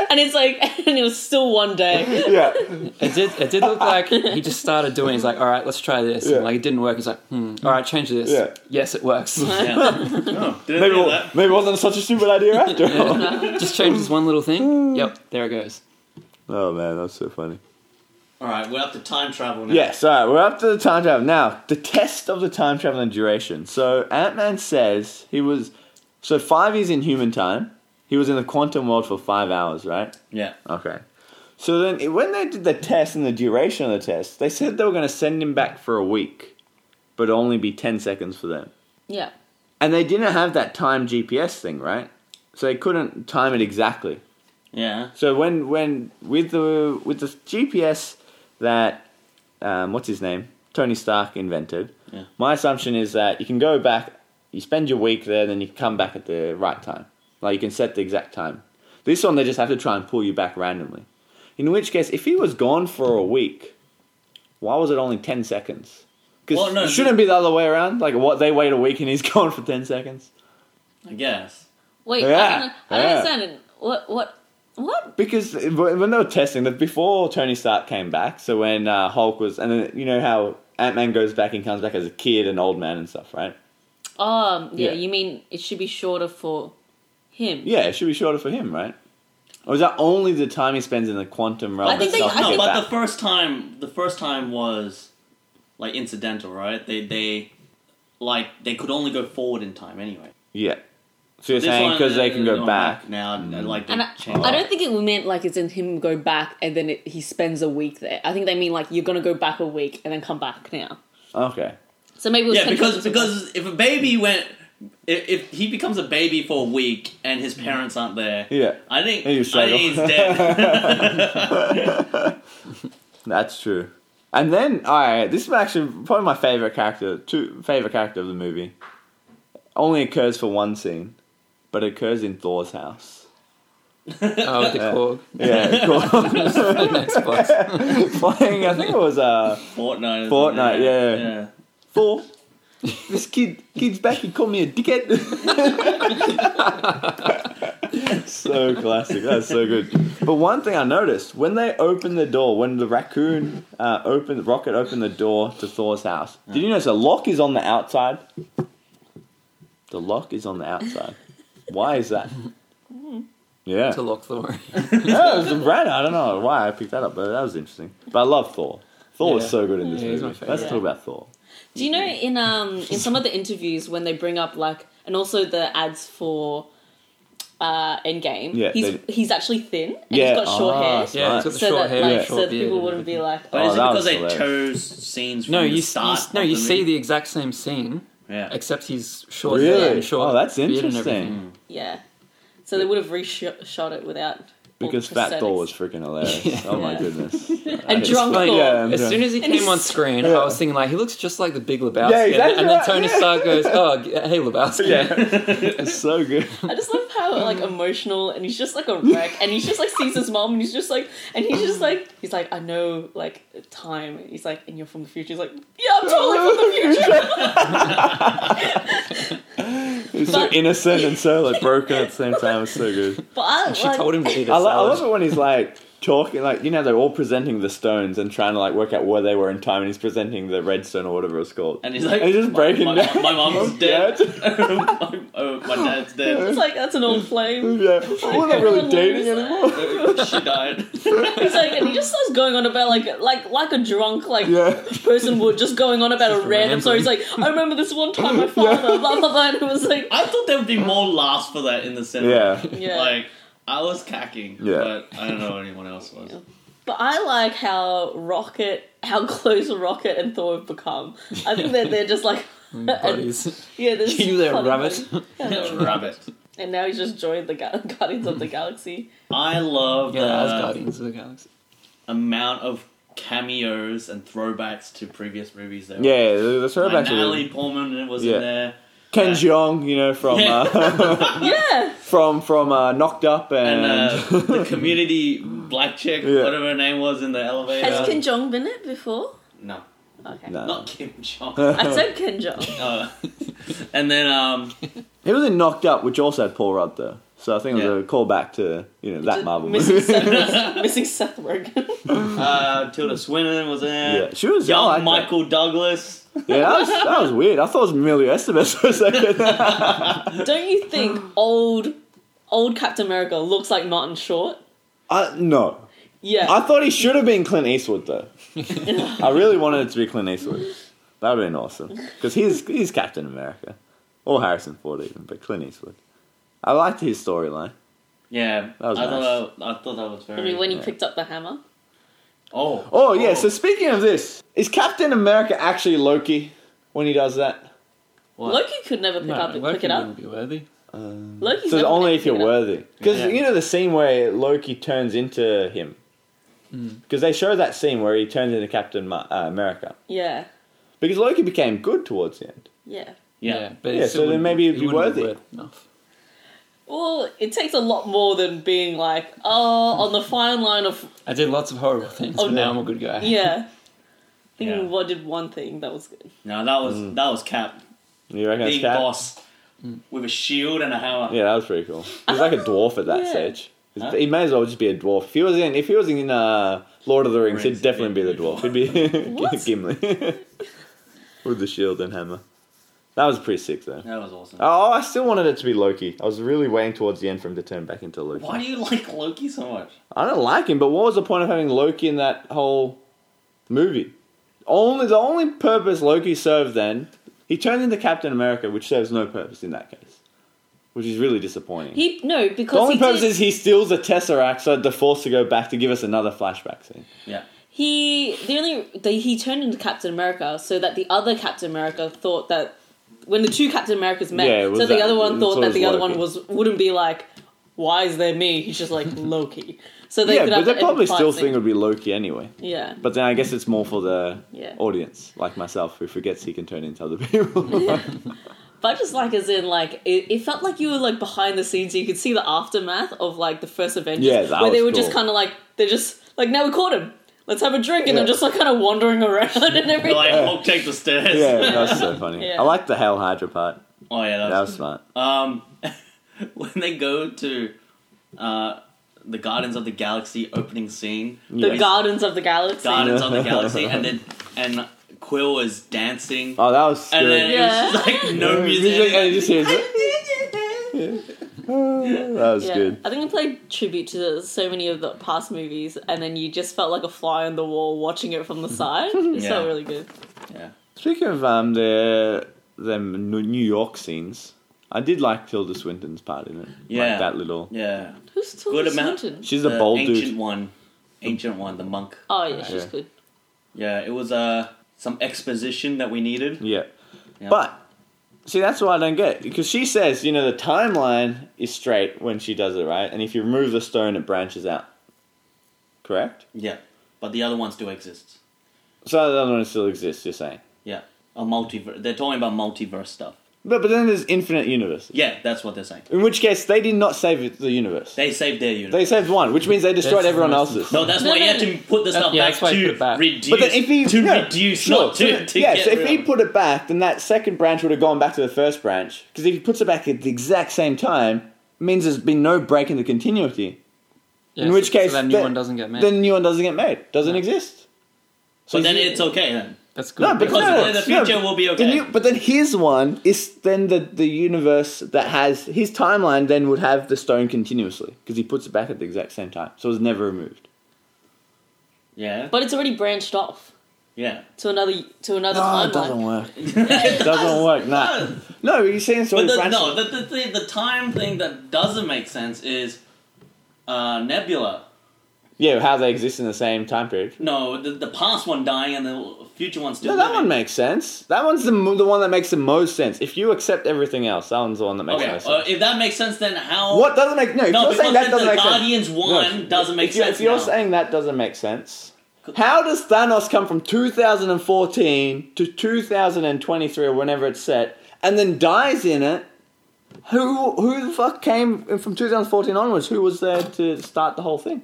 D: and it's like, and it was still one day.
B: yeah,
C: It did. It did look like he just started doing. He's like, all right, let's try this.
B: Yeah.
C: And like it didn't work. He's like, hmm. All right, change this.
B: Yeah.
C: Yes, it works.
A: Yeah. Oh, didn't
B: maybe
A: know
B: it-
A: that.
B: maybe it wasn't such a stupid idea after all.
C: just change this one little thing. Yep, there it goes.
B: Oh man, that's so funny.
A: All right, we're up to time travel now.
B: Yes, all right, we're up to the time travel. Now, the test of the time travel and duration. So, Ant Man says he was. So, five years in human time, he was in the quantum world for five hours, right?
A: Yeah.
B: Okay. So, then it- when they did the test and the duration of the test, they said they were going to send him back for a week, but it'd only be 10 seconds for them.
D: Yeah,
B: And they didn't have that time GPS thing, right? So, they couldn't time it exactly.
A: Yeah.
B: So when when with the with the GPS that um, what's his name Tony Stark invented,
A: Yeah.
B: my assumption is that you can go back, you spend your week there, then you come back at the right time. Like you can set the exact time. This one they just have to try and pull you back randomly. In which case, if he was gone for a week, why was it only ten seconds? Because
A: Well, no,
B: it shouldn't be the other way around. Like what they wait a week and he's gone for ten seconds.
A: I guess.
D: wait, I
B: Yeah,
D: don't, I don't
B: yeah.
D: understand. it. What? What? What?
B: Because when they were testing, that before Tony Stark came back, so when uh, Hulk was, and then you know how Ant Man goes back and comes back as a kid and old man and stuff, right?
D: Um, yeah,
B: Yeah.
D: you mean it should be shorter for him?
B: Yeah, it should be shorter for him, right? Or is that only the time he spends in the quantum realm?
D: I think they-
B: itself
D: I
B: to
A: No,
B: get
D: think-
A: but
B: back?
A: the first time, the first time was like incidental, right? They they like they could only go forward in time anyway.
B: yeah. So you're
A: This
B: saying
A: one,
B: because they
A: uh,
B: can go
A: going
B: back?
A: now, and, and, like they
D: And I,
A: changed.
D: I don't think it meant like it's in him go back and then it, he spends a week there. I think they mean like you're gonna go back a week and then come back now.
B: Okay.
D: So maybe it was
A: yeah,
D: 10
A: because
D: seconds or something.
A: because if a baby went, if, if he becomes a baby for a week and his parents aren't there,
B: Yeah.
A: I think
B: Mm-hmm. He
A: I
B: was
A: think he's dead.
B: That's true. And then, all right, this is actually probably my favorite character, two favorite character of the movie. Only occurs for one scene, but it occurs in Thor's house.
C: Oh, the
B: Yeah. Yeah,
C: Korg.
B: cool.
C: Xbox.
B: playing. I think it was uh,
A: Fortnite. is
B: Fortnite,
A: on there.
B: yeah. Thor. This kid, kid's back. He called me a dickhead. so classic. That's so good. But one thing I noticed when they opened the door, when the raccoon uh, opened, Rocket opened the door to Thor's house. Did you notice the lock is on the outside? The lock is on the outside. Why is that? Yeah.
C: to lock Thor.
B: Yeah, it was random. I don't know why I picked that up, but that was interesting. But I love Thor. Thor was
C: Yeah.
B: so good in this
C: Yeah, he's my
B: movie.
C: favourite.
B: Let's talk
D: Yeah.
B: about Thor.
D: Do you know in um in some of the interviews when they bring up like and also the ads for uh Endgame,
B: Yeah,
D: he's
B: they-
D: he's actually thin and
B: Yeah,
D: he's got short
B: ah,
D: hair.
B: so
C: Yeah, he's got the
D: So
C: short
D: that
C: hair,
D: like
C: and
D: so
C: short
D: that
C: beard.
D: people wouldn't be like
A: But
B: Oh,
A: is it
B: that
A: because
B: was
A: they
B: hilarious.
A: chose scenes from
C: no,
A: the
C: you,
A: start?
C: you no,
A: of
C: you
A: the
C: see
A: movie?
C: the exact same scene,
A: yeah.
C: except he's short hair
B: Really?
C: and short.
B: Oh, that's
C: beard and everything.
B: interesting.
D: oh, Yeah. So they would have reshot shot it without all the
B: Because Fat Thor
D: prosthetics.
B: was freaking hilarious. Oh my
D: Yeah.
B: goodness.
D: And drunk
C: Like,
D: Thor.
B: yeah.
C: As soon as he
D: And
C: came
D: he's-
C: on screen, I was thinking like he looks just like the Big Lebowski,
B: Yeah, exactly
C: and then
B: right,
C: Tony
B: yeah.
C: Stark goes, "Oh, g- hey Lebowski."
B: Yeah. it's so good.
D: I just love how like emotional and he's just like a wreck and he's just like sees his mom and he's just like and he's just like he's like I know like time and he's like and you're from the future he's like yeah I'm totally from the future
B: It's so
D: But-
B: innocent and so like broken at the same time. It's so good.
D: but I,
C: She
D: like,
C: told him to eat a
B: I, lo- I
C: salad.
B: love it when he's like talking, like you know they're all presenting the stones and trying to like work out where they were in time, and he's presenting the red stone or whatever it's called.
A: And he's like,
B: he's just
A: "My-
B: breaking
A: my,
B: down.
A: My, mom's dead.
B: Dead.
A: my, oh, my dad's dead.
D: it's like that's an old flame
B: yeah, oh, we're not really dating anymore.
A: she died.
D: he's like and he just starts going on about like like like a drunk like
B: Yeah.
D: person would just going on about a random story he's like I remember this one time my father blah blah blah and it was like
A: I thought there would be more laughs for that in the cinema.
B: Yeah.
D: yeah
A: Like, I was cacking,
B: Yeah.
A: but I don't know what anyone else was.
D: But I like how Rocket, how close Rocket and Thor have become. I think that they're just like,
C: Mm, Buddies.
D: yeah, this
C: You there,
D: funny
C: rabbit.
D: thing. Yeah.
A: Rabbit.
D: and now he's just joined the Ga- Guardians of the Galaxy.
A: I love
C: Yeah, that was
B: Uh,
A: the
C: Guardians of the Galaxy.
A: amount of cameos and throwbacks to previous movies. There
B: Yeah, let's
A: were.
B: throw it
A: like
B: back to
A: Natalie
B: the-
A: Portman was
B: Yeah.
A: in there,
B: Ken Jeong, you know from uh,
D: Yeah,
B: from from uh, Knocked Up
A: and
B: and,
A: uh, the community black chick,
B: Yeah.
A: whatever her name was, in the elevator.
D: Has Kim Jong been it before?
A: no,
D: Okay.
B: No.
A: not Kim Jong.
D: I said Kim Jong.
A: uh, and then um,
B: He was in Knocked Up, which also had Paul Rudd though. So I think it was a
A: Yeah.
B: callback to you know that Marvel
D: missing
B: movie.
D: Seth, missing Seth Rogen.
A: uh, Tilda Swinton was in
B: yeah,
A: it.
B: she was. I
A: Young
B: liked her.
A: Michael Douglas.
B: Yeah, that was, that was weird. I thought it was Emilio Estevez for a second.
D: Don't you think old old Captain America looks like Martin Short?
B: I, Uh, no,
D: Yeah.
B: I thought he should have been Clint Eastwood though. I really wanted it to be Clint Eastwood. That would have been awesome because he's he's Captain America or Harrison Ford even, but Clint Eastwood. I liked his storyline.
A: Yeah,
B: That was
A: I
B: nice.
A: thought that, I thought that was
D: I
A: very.
D: mean, when he
B: yeah.
D: picked up the hammer.
A: oh,
B: Oh yeah. So speaking of this, is Captain America actually Loki when he does that?
A: What?
D: Loki could never pick, up,
C: Loki
D: pick it up.
C: wouldn't be worthy.
B: Um,
D: Loki's
B: so
D: never
B: only
D: gonna
B: if you're
D: pick it up.
B: worthy, because
A: Yeah.
B: you know the scene where Loki turns into him.
A: Hmm.
B: Because they show that scene where he turns into Captain Ma- uh, America.
D: Yeah.
B: Because Loki became good towards the end.
D: Yeah.
A: yeah.
C: but
B: Yeah,
C: it
B: so
C: still
B: then
C: wouldn't-
B: maybe it'd
C: it
B: be
C: wouldn't
B: worth
C: worth enough.
D: Well, it takes a lot more than being like, oh, on the fine line of
C: I did lots of horrible things,
D: Oh,
C: but now I'm a good guy.
D: yeah. I think
A: Yeah.
D: what did one thing that was good.
A: No, that was that was Cap,
B: You reckon it's
A: big
B: Mm. Cap?
A: boss, with a shield and a hammer.
B: Yeah, that was pretty cool. He's like a dwarf at that
D: Yeah.
B: stage. He's-
A: Huh?
B: He may as well just be a dwarf. If he was in, if he was in uh, Lord of the Rings,
A: Rings,
B: he'd definitely be the dwarf. He'd be
D: What?
B: Gimli with the shield and hammer. That was pretty sick, though.
A: That was awesome.
B: Oh, I still wanted it to be Loki. I was really waiting towards the end for him to turn back into Loki.
A: Why do you like Loki so much?
B: I don't like him, but what was the point of having Loki in that whole movie? Only the only purpose Loki served then, he turned into Captain America, which serves no purpose in that case, which is really disappointing.
D: He no
B: the
D: because
B: only
D: he,
B: purpose
D: did,
B: is he steals the Tesseract so they're forced to go back to give us another flashback scene.
A: Yeah,
D: he the only they, he turned into Captain America so that the other Captain America thought that when the two Captain Americas met,
B: Yeah, it was
D: so the
B: that-
D: other
B: it
D: one thought
B: was
D: that the other one
B: Loki.
D: was wouldn't be like, why is there me? He's just like Loki. So they
B: yeah,
D: could
B: but
D: have
B: they
D: the
B: probably
D: end fight
B: still
D: scene.
B: think it would be Loki anyway.
D: yeah.
B: But then I guess it's more for the
D: Yeah.
B: audience, like myself, who forgets he can turn into other people.
D: But I just like as in like it, it felt like you were like behind the scenes. You could see the aftermath of like the first Avengers,
B: Yeah, that
D: where they
B: was
D: were just
B: cool.
D: kind of like they're just like now we caught him. Let's have a drink, and
B: Yeah.
D: they're just like kind of wandering around and everything.
A: like Hulk take the stairs.
B: yeah, that's so funny. I
D: Yeah.
B: like the Hail Hydra part.
A: Oh yeah, that
B: That
A: was,
B: was smart.
A: um when they go to uh the Guardians of the Galaxy opening scene.
D: the
B: Yeah.
D: Gardens of the Galaxy.
A: Guardians of the Galaxy, and then and Quill is dancing,
B: Oh, that was
A: and
B: good.
A: then
D: Yeah.
A: it's just like no music.
B: and you just hear it. Oh, That was
D: Yeah.
B: good.
D: I think I played tribute to so many of the past movies, and then you just felt like a fly on the wall watching it from the side. It
A: Yeah.
D: felt really good.
A: Yeah.
B: Speaking of um, the them New New York scenes, I did like Tilda Swinton's part in it.
A: Yeah.
B: like that little.
A: Yeah,
D: Who's
A: Good
D: Tilda
A: amount.
D: Swinton?
B: She's
A: the
B: a bold
A: ancient
B: dude.
A: one, ancient one, the monk.
D: Oh yeah, she's
B: Yeah.
D: good.
A: Yeah, it was uh some exposition that we needed.
B: Yeah.
A: Yeah.
B: but see, that's what I don't get because she says, you know, the timeline is straight when she does it, right? And if you remove the stone, it branches out. Correct.
A: Yeah, but the other ones do exist.
B: So the other one still exists. You're saying,
A: Yeah, a multiverse. They're talking about multiverse stuff.
B: but but then there's infinite universes.
A: Yeah, that's what they're saying.
B: In which case, they did not save the universe. They,
A: They saved their universe.
B: saved one, which means they destroyed
C: That's the
B: everyone
C: most
B: else's.
A: No, that's why you have to put the stuff
C: yeah,
A: back
C: that's why you
A: to
C: put it back.
A: reduce.
B: But then if he
A: to
B: no,
A: reduce,
B: sure,
A: not to,
B: so-
A: to
B: yeah.
A: get
B: so if
A: rid
B: he
A: of.
B: put it back, then that second branch would have gone back to the first branch. Because if he puts it back at the exact same time, it means there's been no break in the continuity.
C: Yeah,
B: in
C: so-
B: which case,
C: so that new
B: the-
C: one doesn't get made.
B: The new one doesn't get made. Doesn't exist.
A: so then
B: he-
A: it's okay then.
C: That's good.
B: no, because
A: Because
B: no,
A: then the
B: no,
A: future will be
B: the
A: okay.
B: new- but then his one is then the the universe that has his timeline. Then would have the stone continuously because he puts it back at the exact same time, so it was never removed.
A: Yeah,
D: But it's already branched off
A: yeah.
D: to another to another
B: No, it
D: timeline.
B: doesn't work. It doesn't work. Nah. No, you're saying so.
A: But
B: he
A: the,
B: branches-
A: no, the, the, the, the time thing that doesn't make sense is uh, Nebula.
B: Yeah, how they exist in the same time period.
A: No, the, the past one dying and the future one still.
B: No, that one
A: living.
B: makes sense. That one's the mo- the one that makes the most sense. If you accept everything else, that one's the one that makes
A: Okay,
B: no
A: uh,
B: sense.
A: if that makes sense, then how?
B: what doesn't make no? If
A: No,
B: you're
A: because
B: saying
A: then
B: that
A: the
B: doesn't make sense.
A: Guardians one
B: No,
A: doesn't make
B: if you-
A: sense.
B: If you're
A: now.
B: saying that doesn't make sense, how does Thanos come from 2014 to 2023 or whenever it's set, and then dies in it? Who who the fuck came from 2014 onwards? Who was there to start the whole thing?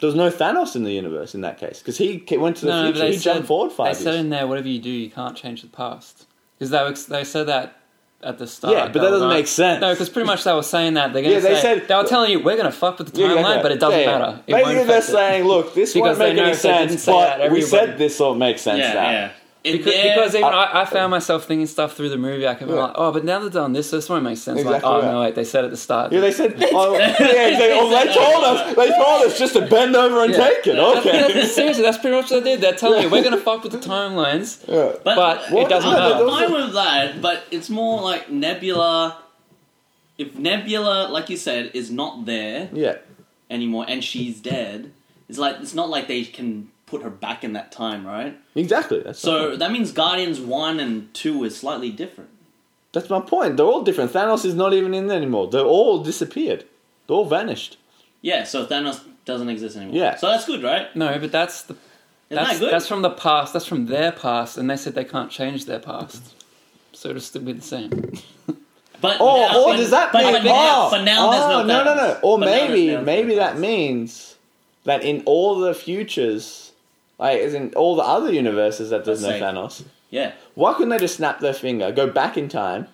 B: There was no Thanos in the universe in that case because he ca- went to the
C: No, no, but
B: future.
C: they
B: He jumped
C: said,
B: forward
C: they
B: five
C: said
B: years.
C: in there, whatever you do, you can't change the past. Because they, were- they said that at the start.
B: Yeah, but
C: They
B: that
C: were
B: doesn't
C: like-
B: make sense.
C: No, because pretty much they were saying that. They're gonna
B: Yeah, they
C: say-
B: said-
C: They were telling you, we're going to fuck with the
B: Yeah,
C: timeline,
B: yeah, yeah.
C: but it doesn't
B: Yeah, yeah.
C: matter. It won't
B: Basically, they're
C: affect it.
B: saying, look, this
C: Because
B: won't
C: they
B: make
C: know
B: any
C: if they didn't
B: sense,
C: say
B: but
C: that,
B: we
C: everyone-
B: said this will make sense
A: yeah,
B: now.
A: yeah. In
C: Because,
A: there-
C: because even
B: I-
C: I, I found myself thinking stuff through the movie. I could be
B: Uh, Yeah.
C: like, oh, but now they've done this, this won't make sense.
B: Exactly
C: like, oh,
B: right.
C: no, wait, they said at the start.
B: Yeah, they said. Oh, yeah, they, oh, they told us. They told us just to bend over and
C: Yeah.
B: take it.
C: That's-
B: Okay.
C: that's- seriously, that's pretty much what they did. They're telling you, we're going to fuck with the timelines,
B: Yeah.
C: but
B: What?
C: it doesn't
B: No,
C: matter.
B: no,
A: I'm fine with that, but it's more like Nebula. If Nebula, like you said, is not there
B: Yeah.
A: anymore and she's dead, it's like it's not like they can put her back in that time, right?
B: Exactly. That's
A: So
B: my-
A: that means Guardians one and two is slightly different.
B: that's my point. They're all different. Thanos is not even in there anymore. They're all disappeared. They all vanished.
A: Yeah, so Thanos doesn't exist anymore.
B: Yeah.
A: so that's good, right?
C: No, but that's the
A: Isn't
C: that's,
A: that good?
C: that's from the past. That's from their past, and they said they can't change their past. So it'll still be the same.
A: but
B: Oh,
A: now-
B: or
A: but-
B: does that
A: but,
B: mean?
A: But now,
B: oh,
A: for now, there's no
B: oh, no, no, no.
A: Thanos.
B: Or
A: For now, there's
B: maybe,
A: no
B: maybe
A: Thanos.
B: that means that in all the futures, like as in all the other universes, that there's
A: Let's
B: no
A: say-
B: Thanos.
A: yeah.
B: Why couldn't they just snap their finger, go back in time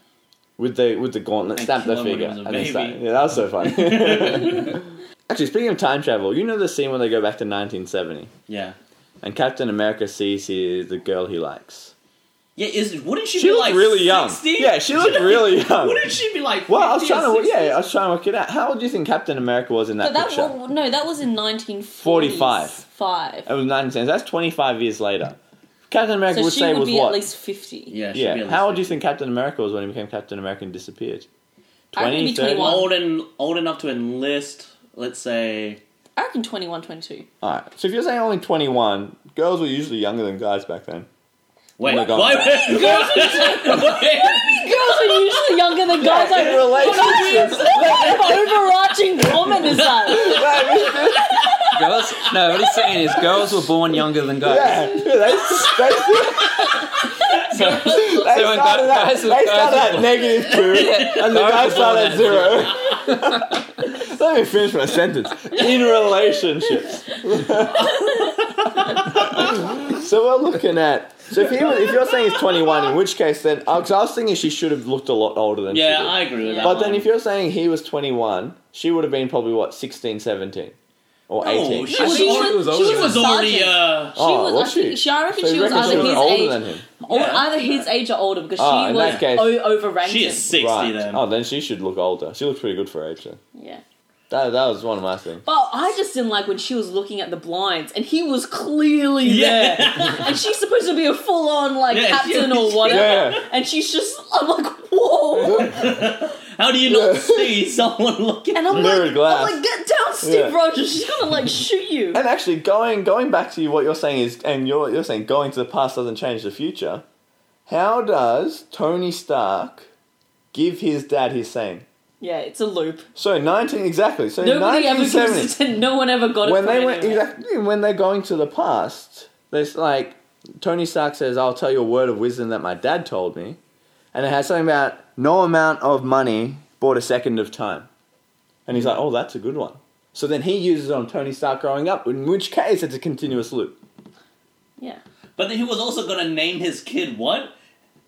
B: with the with the gauntlet,
A: And
B: snap
A: kill
B: their
A: him when
B: finger,
A: he was a
B: and then start?
A: baby.
B: Yeah, that was so funny. Actually, speaking of time travel, you know the scene when they go back to 1970
A: Yeah.
B: and Captain America sees his, the girl he likes.
A: Yeah, is wouldn't she,
B: She
A: be
B: looked
A: like
B: really young.
A: 60?
B: Yeah, she looked really young.
A: Wouldn't she be like?
B: Well, I was
A: 50 or
B: trying to
A: 60?
B: yeah, I was trying to work it out. How old do you think Captain America was in that
D: But that
B: picture?
D: well, no, that was in 1945.
B: 45.
D: Five.
B: It was 1970. That's 25 years later. Captain America
D: So
B: would
D: she
B: say
D: would
B: was
D: be
B: what?
D: at least 50.
A: Yeah. she'd be
B: yeah.
A: at
B: How
A: least
B: old do you think Captain America was when he became Captain America and disappeared?
D: I reckon it'd be
A: 50.
D: 21.
A: Old and old enough to enlist. Let's say
D: I reckon 21, 22.
B: All right. So if you're saying only 21, girls were usually younger than guys back then.
A: Wait,
B: We're
A: why?
B: going back.
A: wait,
D: Girls are usually younger than guys.
B: In
D: Like,
B: relationships,
D: what kind of overarching comment is that?
C: girls, no, what he's saying is girls were born younger than guys.
B: yeah, that's, that's,
C: So, so
B: they
C: when
B: started at,
C: guys- guys
B: they
C: were- guys
B: started
C: were
B: at
C: born-
B: negative two, and the
C: Guys
B: guys
C: were
B: started
C: born
B: at
C: at
B: zero. Let me finish my sentence. In relationships, so we're looking at. So if, he, was- if you're saying he's 21, in which case then, because I was thinking she should have looked a lot older than she
A: yeah,
B: did.
A: I agree with that.
B: But
D: Um,
B: then
A: one.
B: if you're saying he was 21, she would have been probably what 16, 17 or
A: No,
B: 18.
A: she
D: She was,
A: was, she
D: she was,
A: was,
D: she was a
A: already.
D: sergeant.
A: Uh,
D: she
B: Oh,
D: was,
B: was
D: I think-
B: she?
D: she? I reckon
B: So
D: she
B: you
D: was
B: reckon she
D: either
B: was
D: his
B: older
D: age,
B: than him?
D: or
A: Yeah.
D: either his age or older because
B: Ah,
D: she
B: in
D: was
B: that case-
D: o- overranked.
A: she is sixty
B: right.
A: then.
B: Oh, then she should look older. She looks pretty good for her age then.
D: Yeah.
B: That, that was one of my things.
D: But I just didn't like when she was looking at the blinds and he was clearly
A: Yeah.
D: there. and she's supposed to be a full on like
A: Yeah,
D: captain
A: she-
D: or whatever.
B: Yeah.
D: And she's just I'm like, whoa
A: How do you not
B: Yeah.
A: see someone looking?
D: And I'm
B: Mirrored
D: like,
B: glass.
D: I'm like, get down, Steve
B: Yeah.
D: Rogers, she's gonna like shoot you.
B: And actually, going going back to what you're saying is, and you're you're saying going to the past doesn't change the future. How does Tony Stark give his dad his saying?
D: Yeah, it's a loop.
B: So nineteen exactly. So
D: Nobody ever
B: nineteen
D: gives
B: seventy.
D: it to- no one ever got it.
B: when
D: from
B: they went
D: anywhere.
B: exactly when they're going to the past, there's like Tony Stark says, "I'll tell you a word of wisdom that my dad told me," and it has something about no amount of money bought a second of time, and he's like, "Oh, that's a good one." So then he uses it on Tony Stark growing up, in which case it's a continuous loop.
D: Yeah.
A: But then he was also gonna name his kid what?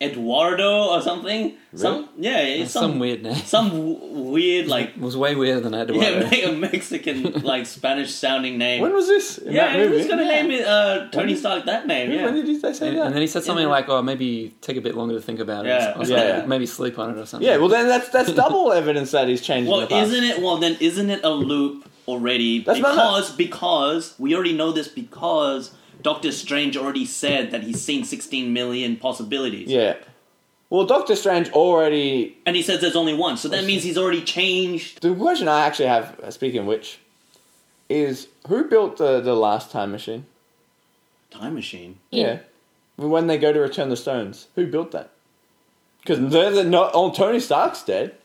A: Eduardo or something? Some yeah, it's
C: Some,
A: some
C: weird name.
A: some w- weird like
C: It was way weirder than I do.
A: yeah, me- a Mexican like Spanish sounding name.
B: When was this? In
A: yeah,
B: that
A: he was
B: movie?
A: gonna
D: Yeah.
A: name it, uh, Tony Stark that name.
B: When-
A: Yeah,
B: When did he- they say
C: and,
B: that?
C: and then he said something like, "Oh, maybe take a bit longer to think about it." or
A: Yeah.
C: something.
B: Yeah, yeah.
C: Maybe sleep on it or something.
B: yeah, well then that's that's double evidence that he's changing
A: Well,
B: the past.
A: isn't it? Well, then isn't it a loop already?
B: That's not-
A: because because we already know this because Doctor Strange already said that he's seen sixteen million possibilities.
B: Yeah. Well, Doctor Strange already
A: and he says there's only one, so that means he's already changed.
B: The question I actually have, uh, speaking of which, is who built the, the last time machine?
A: Time machine.
B: Yeah. When they go to return the stones, who built that? Because they're the no, oh, Tony Stark's dead.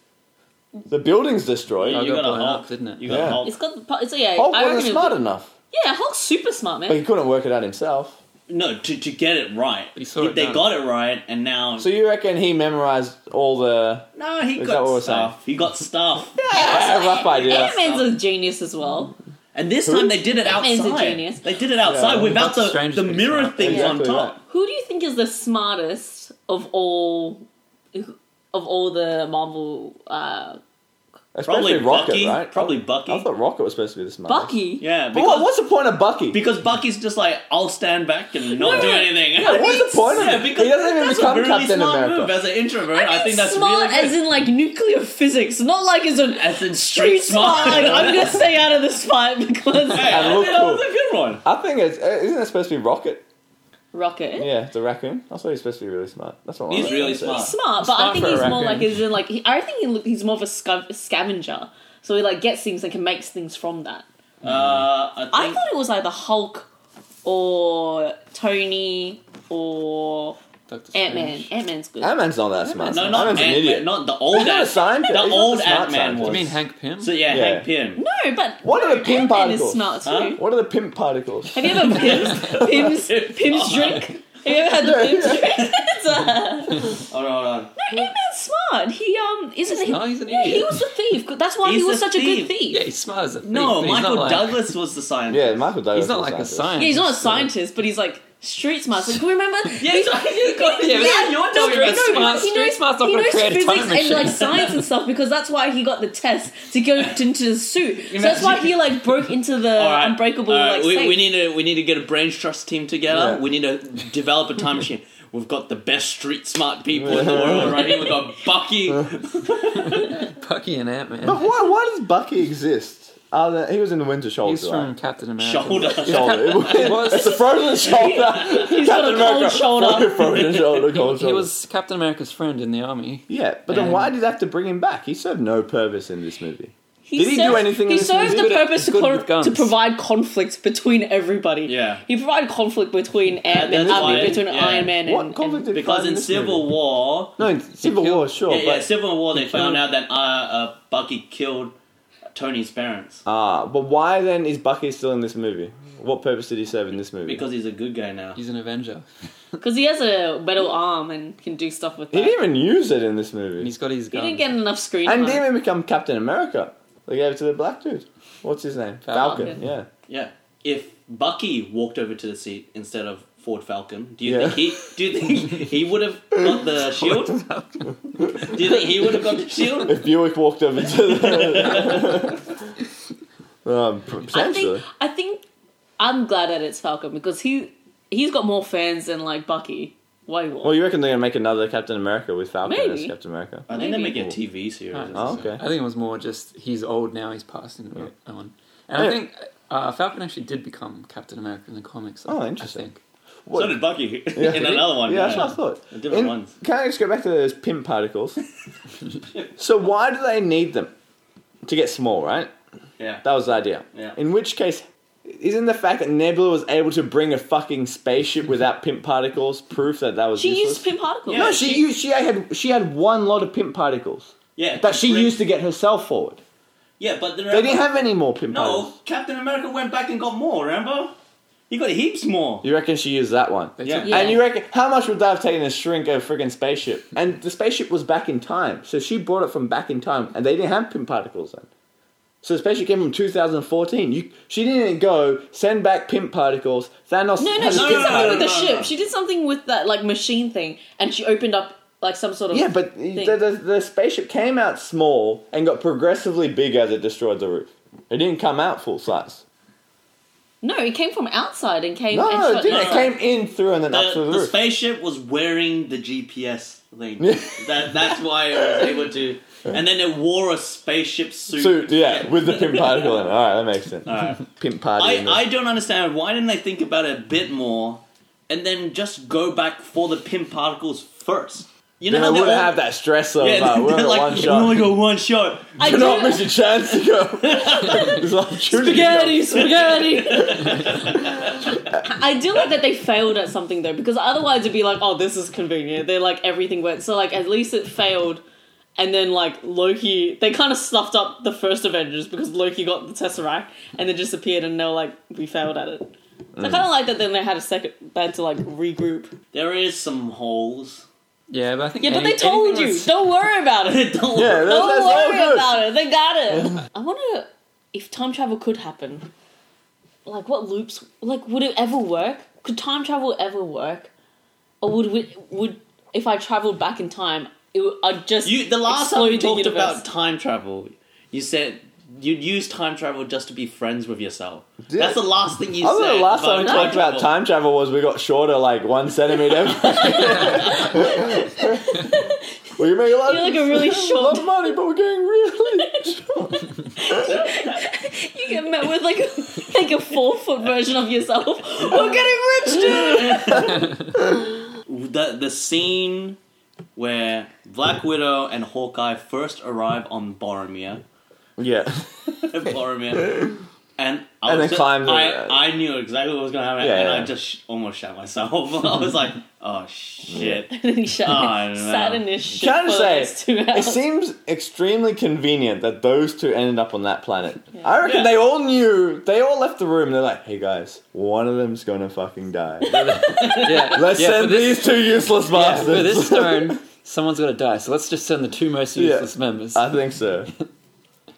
B: The building's destroyed.
A: You
C: got
A: got a
C: blown
A: Hulk,
C: up, didn't it?
A: You got
B: Yeah.
A: a Hulk.
D: It's got the part. It's yeah.
B: Hulk
D: I
B: wasn't
D: reckon it-
B: smart enough,
D: Yeah, Hulk's super smart, man.
B: but he couldn't work it out himself.
A: No, to, to get it right.
C: He saw it
A: they
C: done.
A: got it right, and now
B: So you reckon he memorized all the
A: no, he
B: Is that what
A: got
B: we're
A: stuff. He got stuff,
B: rough idea?
D: Ant Man's a genius as well.
A: And this time they did it
D: Batman's a
A: outside.
D: genius.
A: They did it outside
B: Yeah.
A: without
C: Doctor
A: the,
C: Strange
A: the
C: did
A: mirror
C: that.
A: things on
B: Exactly
A: top.
D: Who do you think is the smartest of all of all the Marvel? Uh,
B: Especially
A: Probably
B: Rocket,
A: Bucky.
B: right?
A: Probably
B: I-
A: Bucky.
B: I thought Rocket was supposed to be the smartest.
D: Bucky.
A: Yeah,
B: But
A: because,
B: what, what's the point of Bucky?
A: because Bucky's just like, I'll stand back and
D: No,
A: not do
D: no,
A: anything.
D: no,
B: what's the point of
A: Yeah,
B: it?
A: because
B: he doesn't even
A: that's
B: become
A: a really
B: Captain
A: smart
B: America.
A: move as an introvert.
D: I
A: I,
D: mean,
A: think that's
D: smart
A: really
D: as
A: good.
D: in like nuclear physics, not like as an
A: as in street
D: street smart.
A: smart.
D: I'm gonna stay out of this fight because
A: Hey, I
B: And look
A: think that was
B: cool.
A: a good one.
B: I think it's uh, isn't it supposed to be Rocket?
D: Rocket.
B: Yeah, it's a raccoon. I thought he's supposed to be really smart. That's what I
A: He's
B: was
A: really
B: trying to say.
A: smart.
D: Smart, but I
C: Smart
D: think
C: for a
D: he's more
C: raccoon.
D: like as in like he, I think he look, he's more of a scav- scavenger. So he like gets things and can make things from that.
A: Uh, I
D: I
A: think
D: thought it was either Hulk or Tony or
C: Doctor
D: Ant Man.
C: Strange.
D: Ant Man's good.
B: Ant-Man's not that smart.
A: no, not
B: Ant-Man's an
A: Ant-Man,
B: idiot.
A: not the old
B: He's not a
A: Ant.
B: scientist.
A: The
B: He's not
A: old
B: a smart
A: Ant Man
B: scientist.
A: was.
C: You mean Hank Pym?
A: so yeah,
B: Yeah.
A: Hank Pym.
D: no, but
B: What are the pin
D: Ant Man is
B: particles?
D: smart too.
A: Huh?
B: What are the pimp particles?
D: Have you ever Pim's Pim's Pim's drink? Have you ever had the Pim's drink? It's, uh,
A: Hold on, hold on.
D: Ant Man's smart. He um isn't he?
C: not, he's an
D: yeah, he
C: idiot.
D: was a thief. That's why
A: He's
D: he was
A: a
D: such a
A: thief.
D: good thief.
C: Yeah, he's smart as a thief,
A: No,
C: but he's
A: Michael
C: not like,
A: Douglas was the scientist.
B: yeah, Michael Douglas.
C: He's not
B: was
C: like a
B: scientist.
C: scientist.
D: Yeah, he's not a scientist, but he's like street smart. So, can we remember?
A: Yeah, he's like, he's got-
C: Yeah,
A: yeah,
C: but-
A: you're
C: No,
A: talking
C: but
A: about
C: no,
A: smart.
C: but-
D: he
C: Street
D: knows,
C: smart's not
D: he
C: gonna
D: knows
C: create a
D: physics
C: time
D: and
C: machine.
D: like science and stuff because that's why he got the test to go into the suit. so that's why he like broke into the
A: All right.
D: unbreakable.
A: All right,
D: like,
A: we,
D: safe.
A: we need to we need to get a brains trust team together.
B: Yeah.
A: We need to develop a time machine. We've got the best street smart people in the world right here. We've got Bucky.
C: Bucky and Ant Man.
B: But why, why does Bucky exist? Uh, the- he was in the Winter Soldier.
C: He's from
B: right?
C: Captain America.
A: Shoulder.
B: Shoulder. It was- it's a frozen shoulder. Captain
D: He's got a cold shoulder.
B: frozen shoulder. Cold shoulder.
C: He was Captain America's friend in the army.
B: Yeah, but then
C: And-
B: why did they have to bring him back? He served no purpose in this movie.
D: He
B: Did he do
D: served-
B: anything
D: He
B: in this movie?
D: served
B: He's
D: the
C: good at-
D: purpose to,
C: he's good
D: co-
C: with guns.
D: to provide conflict between everybody.
A: Yeah.
D: he provided conflict between
B: Uh,
D: Ant Man,
A: that's
D: I mean,
A: why-
D: between
A: yeah.
D: Iron Man
B: What
D: and
B: conflict
D: and-
B: did
A: Because in Civil War,
B: No, in Civil
C: killed-
B: War, sure.
A: yeah, yeah,
B: Oh, but,
A: Civil War, they found
C: killed-
A: out that uh, uh, Bucky killed Tony's parents
B: Ah, but why then is Bucky still in this movie? What purpose did he serve in this movie?
A: because he's a good guy now.
C: He's an Avenger.
D: because he has a metal arm and can do stuff with
B: he
D: that.
B: didn't even use it in this movie.
C: And he's got his
D: He
C: gun.
D: didn't get enough screen
B: and
D: time.
B: didn't even become Captain America. They gave it to the black dude. What's his name? Falcon.
C: Falcon.
B: Yeah.
A: Yeah. If Bucky walked over to the seat instead of Ford Falcon, do you
B: Yeah.
A: think he do you think he would have got the shield? do you think he would have got the shield?
B: If Buick walked over to the. um,
D: I think
B: potentially.
D: I think I'm glad that it's Falcon because he he's got more fans than like Bucky. Way more.
B: Well, you reckon they're gonna make another Captain America with Falcon as
D: Maybe.
B: Captain America?
A: I think they're
D: Maybe.
A: making a TV series.
C: Right.
B: Oh, okay.
C: I think it was more just he's old now, he's passing
B: Yeah.
C: on. And
B: Yeah.
C: I think uh, Falcon actually did become Captain America in the comics. I,
B: Oh,
C: I
B: interesting.
C: think.
B: What-
A: So did Bucky
B: Yeah.
A: in another one.
B: yeah, that's what I thought.
A: The different
B: In-
A: ones.
B: Can I just go back to those pimp particles? so why do they need them to get small? Right,
A: Yeah.
B: that was the idea.
A: Yeah.
B: In which case, isn't the fact that Nebula was able to bring a fucking spaceship without pimp particles proof that that was
D: she
B: useless?
D: used Pim Particle.
A: Yeah,
B: no, she,
A: she-
B: used. She had she had one lot of pimp particles
A: Yeah.
B: that she
A: Rick-
B: used to get herself forward.
A: Yeah, but
B: They didn't have Oh. any more pimp
A: No,
B: particles.
A: Captain America went back and got more, remember? He got heaps more.
B: You reckon she used that one?
C: They
A: Yeah.
C: took-
D: Yeah.
B: And you reckon how much would that have taken to shrink a friggin' spaceship? And the spaceship was back in time, so she brought it from back in time, and they didn't have pin particles then. So the spaceship came from 2014. You, she didn't go send back pimp particles. Thanos.
D: No, no,
B: had
D: she
A: No,
D: did
A: no,
D: something
A: no, no,
D: with the
A: no,
D: ship.
A: no.
D: She did something with that like machine thing, and she opened up like some sort of
B: Yeah, but
D: thing.
B: the, the, the spaceship came out small and got progressively big as it destroyed the roof. It didn't come out full size.
D: no, it came from outside and came.
B: No,
D: and
B: no,
D: shot
B: it didn't. It
D: inside.
B: came in through and then
A: The,
B: up to the,
A: the
B: roof.
A: spaceship was wearing the GPS thing.
B: Yeah.
A: that, that's why it was able to. And then it wore a spaceship suit.
B: Suit, yeah, with the pimp particle in it. All right, that makes sense.
A: Alright.
B: Pimp particle.
A: I,
B: in it.
A: I don't understand why didn't they think about it a bit more and then just go back for the pimp particles first? You know
B: Then
A: how
B: I
A: they
B: wouldn't
A: all-
B: have that stress of
A: Yeah,
B: uh,
A: they're
B: we're on a
A: like, oh
B: one
A: "We only
B: shot.
A: got one shot.
D: I
B: Do not
D: do-
B: miss your chance to go. There's an opportunity to go.
D: Spaghetti, spaghetti. I do like that they failed at something though, because otherwise it'd be like, oh, this is convenient. They're like everything works. So like at least it failed, and then like Loki, they kind of stuffed up the first Avengers because Loki got the Tesseract and then disappeared, and they're like, we failed at it. So I kind
B: Mm.
D: of like that. Then they had a second, they had to like regroup.
A: There is some holes.
C: yeah, but I think
D: Yeah, but
C: any-
D: they told
C: anything
D: you,
C: that's-
D: don't worry about it.
A: Don't
B: Yeah,
A: look-
B: that's,
D: Don't
B: that's all
D: worry
B: good.
D: about it. They got it. I wonder if time travel could happen. like what loops like would it ever work? Could time travel ever work? Or would we, would if I traveled back in time, it would, I'd just
A: You the last time we
D: explode the
A: talked about
D: universe.
A: time travel, you said you'd use time travel just to be friends with yourself.
B: Did-
A: That's the last thing you
B: I
A: said.
B: thought the last time we
D: about
B: talked about time travel was we got shorter like one centimeter. we make a lot
D: You're like a really
B: a lot
D: short.
B: of money, but we're getting really short.
D: You get met with like a, like a four foot version of yourself. We're getting rich, dude.
A: the the scene where Black Widow and Hawkeye first arrive on Boromir,
B: Yeah.
A: Boromir, and I
B: And
A: was
B: then
A: just-
B: climb the-
A: I, I knew exactly what was going to happen,
B: Yeah,
A: and
B: yeah.
A: I just sh- almost shot myself. I was like, "Oh shit!"
D: And he shut,
A: Oh, no.
D: sat in his shit
B: Can I
D: for the
B: say,
D: next two
B: It
D: hours.
B: seems extremely convenient that those two ended up on that planet.
D: Yeah.
B: I reckon
A: Yeah.
B: they all knew. They all left the room. They're like, "Hey guys, one of them's gonna fucking die.
C: Yeah,
B: Let's
C: yeah,
B: send
C: for this,
B: these two useless
C: yeah, for
B: bastards."
C: this stone, someone's got to die. So let's just send the two most
B: Yeah.
C: useless members.
B: I think so.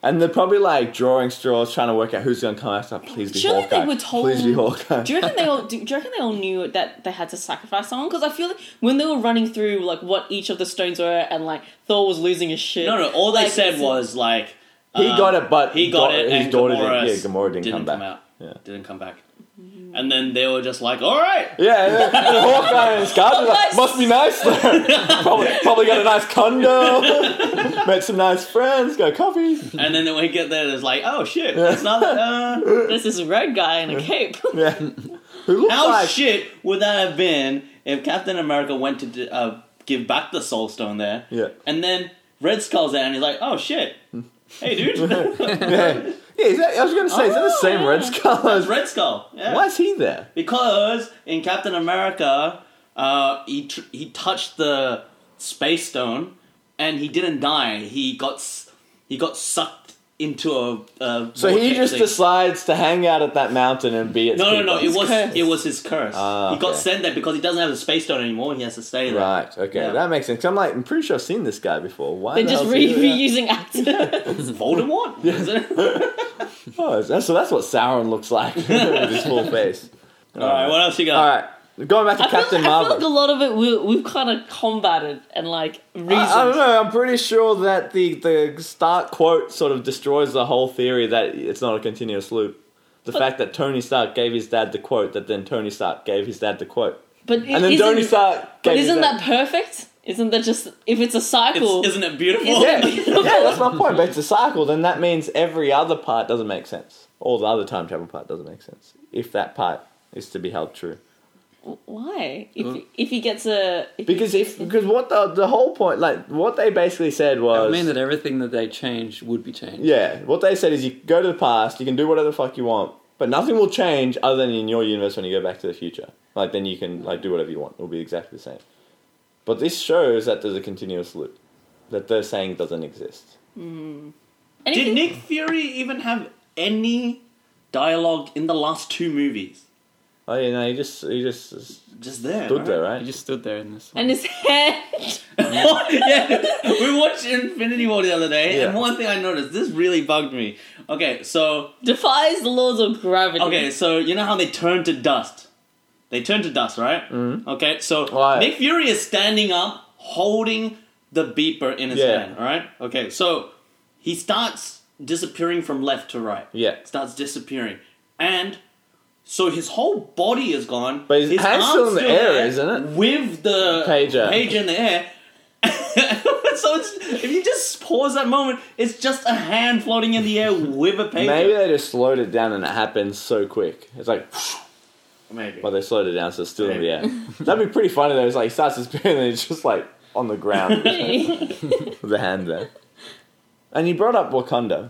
B: And they're probably like drawing straws, trying to work out who's gonna come after. Please be
D: Surely they
B: Hawkeye.
D: were told-
B: Please be Hawkeye.
D: Do you reckon they all? Do, do you reckon they all knew that they had to sacrifice someone? Because I feel like when they were running through like what each of the stones were, and like Thor was losing his shit.
A: No, no. All they
D: Like,
A: said
D: it's-
A: was like,
B: He
A: um,
B: got it, but
A: he got
B: Dau-
A: it,
B: His
A: and
B: daughter
A: Gamora
B: didn't. Yeah, Gamora didn't, come
A: didn't
B: back.
A: out.
B: Yeah.
A: Didn't come back. And then they were just like, "All right,
B: Yeah, yeah. And Hawkeye and Scarlet are like, must be nice there. probably, probably got a nice condo, met some nice friends, got coffee.
A: And then when we get there, it's like, oh shit, it's not. Uh,
D: There's this red guy in a cape.
B: Yeah. Who looks
A: how
B: like
A: shit would that have been if Captain America went to d- uh, give back the Soul Stone there?
B: Yeah.
A: And then Red Skull's there, and he's like, oh shit, hey dude,
B: Yeah, yeah is that, I was gonna say, is that the
D: Oh,
B: same Red
D: yeah.
B: Skull? As,
A: Red Skull. Yeah.
B: why is he there?
A: Because in Captain America, uh, he tr- he touched the Space Stone, and he didn't die. He got s- he got sucked into a. a
B: So he
A: vortex
B: just
A: thing.
B: decides to hang out at that mountain and be its
A: No, no, no!
B: keeper.
A: It was
D: curse.
A: it was his curse.
B: Ah,
A: He got
B: okay.
A: sent there because he doesn't have the space stone anymore. He has to stay there.
B: Right. Okay,
A: Yeah.
B: that makes sense. 'Cause I'm like, I'm pretty sure I've seen this guy before. Why?
D: They're
B: the
D: just
B: hell's he
D: re-
B: doing that?
D: reusing actors.
A: Voldemort. Is it?
B: Oh, that's- so that's what Sauron looks like with his full face.
A: All right. What else you got?
B: All right, going back to
D: I feel,
B: Captain
D: like, I feel
B: Marvel.
D: like a lot of it we, we've kind of combated and like reasoned.
B: I, I don't know. I'm pretty sure that the the Stark quote sort of destroys the whole theory that it's not a continuous loop. The fact that Tony Stark gave his dad the quote, that then Tony Stark gave his dad the quote,
D: But
B: and then
D: isn't,
B: Tony Stark gave
D: but
B: his
D: isn't
B: dad-
D: that perfect? Isn't that just if it's a cycle?
A: It's, isn't it beautiful?
B: yeah, yeah, that's my point. But it's a cycle. Then that means every other part doesn't make sense. All the other time travel part doesn't make sense if that part is to be held true.
D: Why? If if he gets a if he-
B: Because if because what the the whole point, like what they basically said was,
C: It would mean that everything that they change would be changed.
B: Yeah, what they said is you go to the past, you can do whatever the fuck you want, but nothing will change other than in your universe when you go back to the future. Like then you can like do whatever you want; it'll be exactly the same. But this shows that there's a continuous loop that they're saying doesn't exist.
A: Did
D: anything,
A: Nick Fury even have any dialogue in the last two movies?
B: Oh yeah, no, you just you just stood
A: Just there.
B: there,
C: He
B: right?
C: just stood there in this. One.
D: and his hair.
A: yeah, we watched Infinity War the other day, and
B: Yeah.
A: one thing I noticed this really bugged me. Okay, so
D: defies the laws of gravity.
A: okay, so you know how they turn to dust? They turn to dust, right? Mm-hmm. Okay, so
B: Right.
A: Nick Fury is standing up, holding the beeper in his
B: Yeah.
A: hand. All right. Okay, so he starts disappearing from left to right.
B: Yeah.
A: starts disappearing, and so his whole body is gone.
B: But his hand's
A: arm's
B: still in the air,
A: there
B: isn't it?
A: With the
B: Pager.
A: page in the air. so it's, if you just pause that moment, it's just a hand floating in the air with a pager.
B: Maybe they just slowed it down and it happens so quick. It's like,
A: Maybe.
B: well, they slowed it down, so it's still in the
A: Maybe.
B: air. That'd be pretty funny though. It's like he starts disappearing, and it's just like on the ground. with the hand there. And you brought up Wakanda.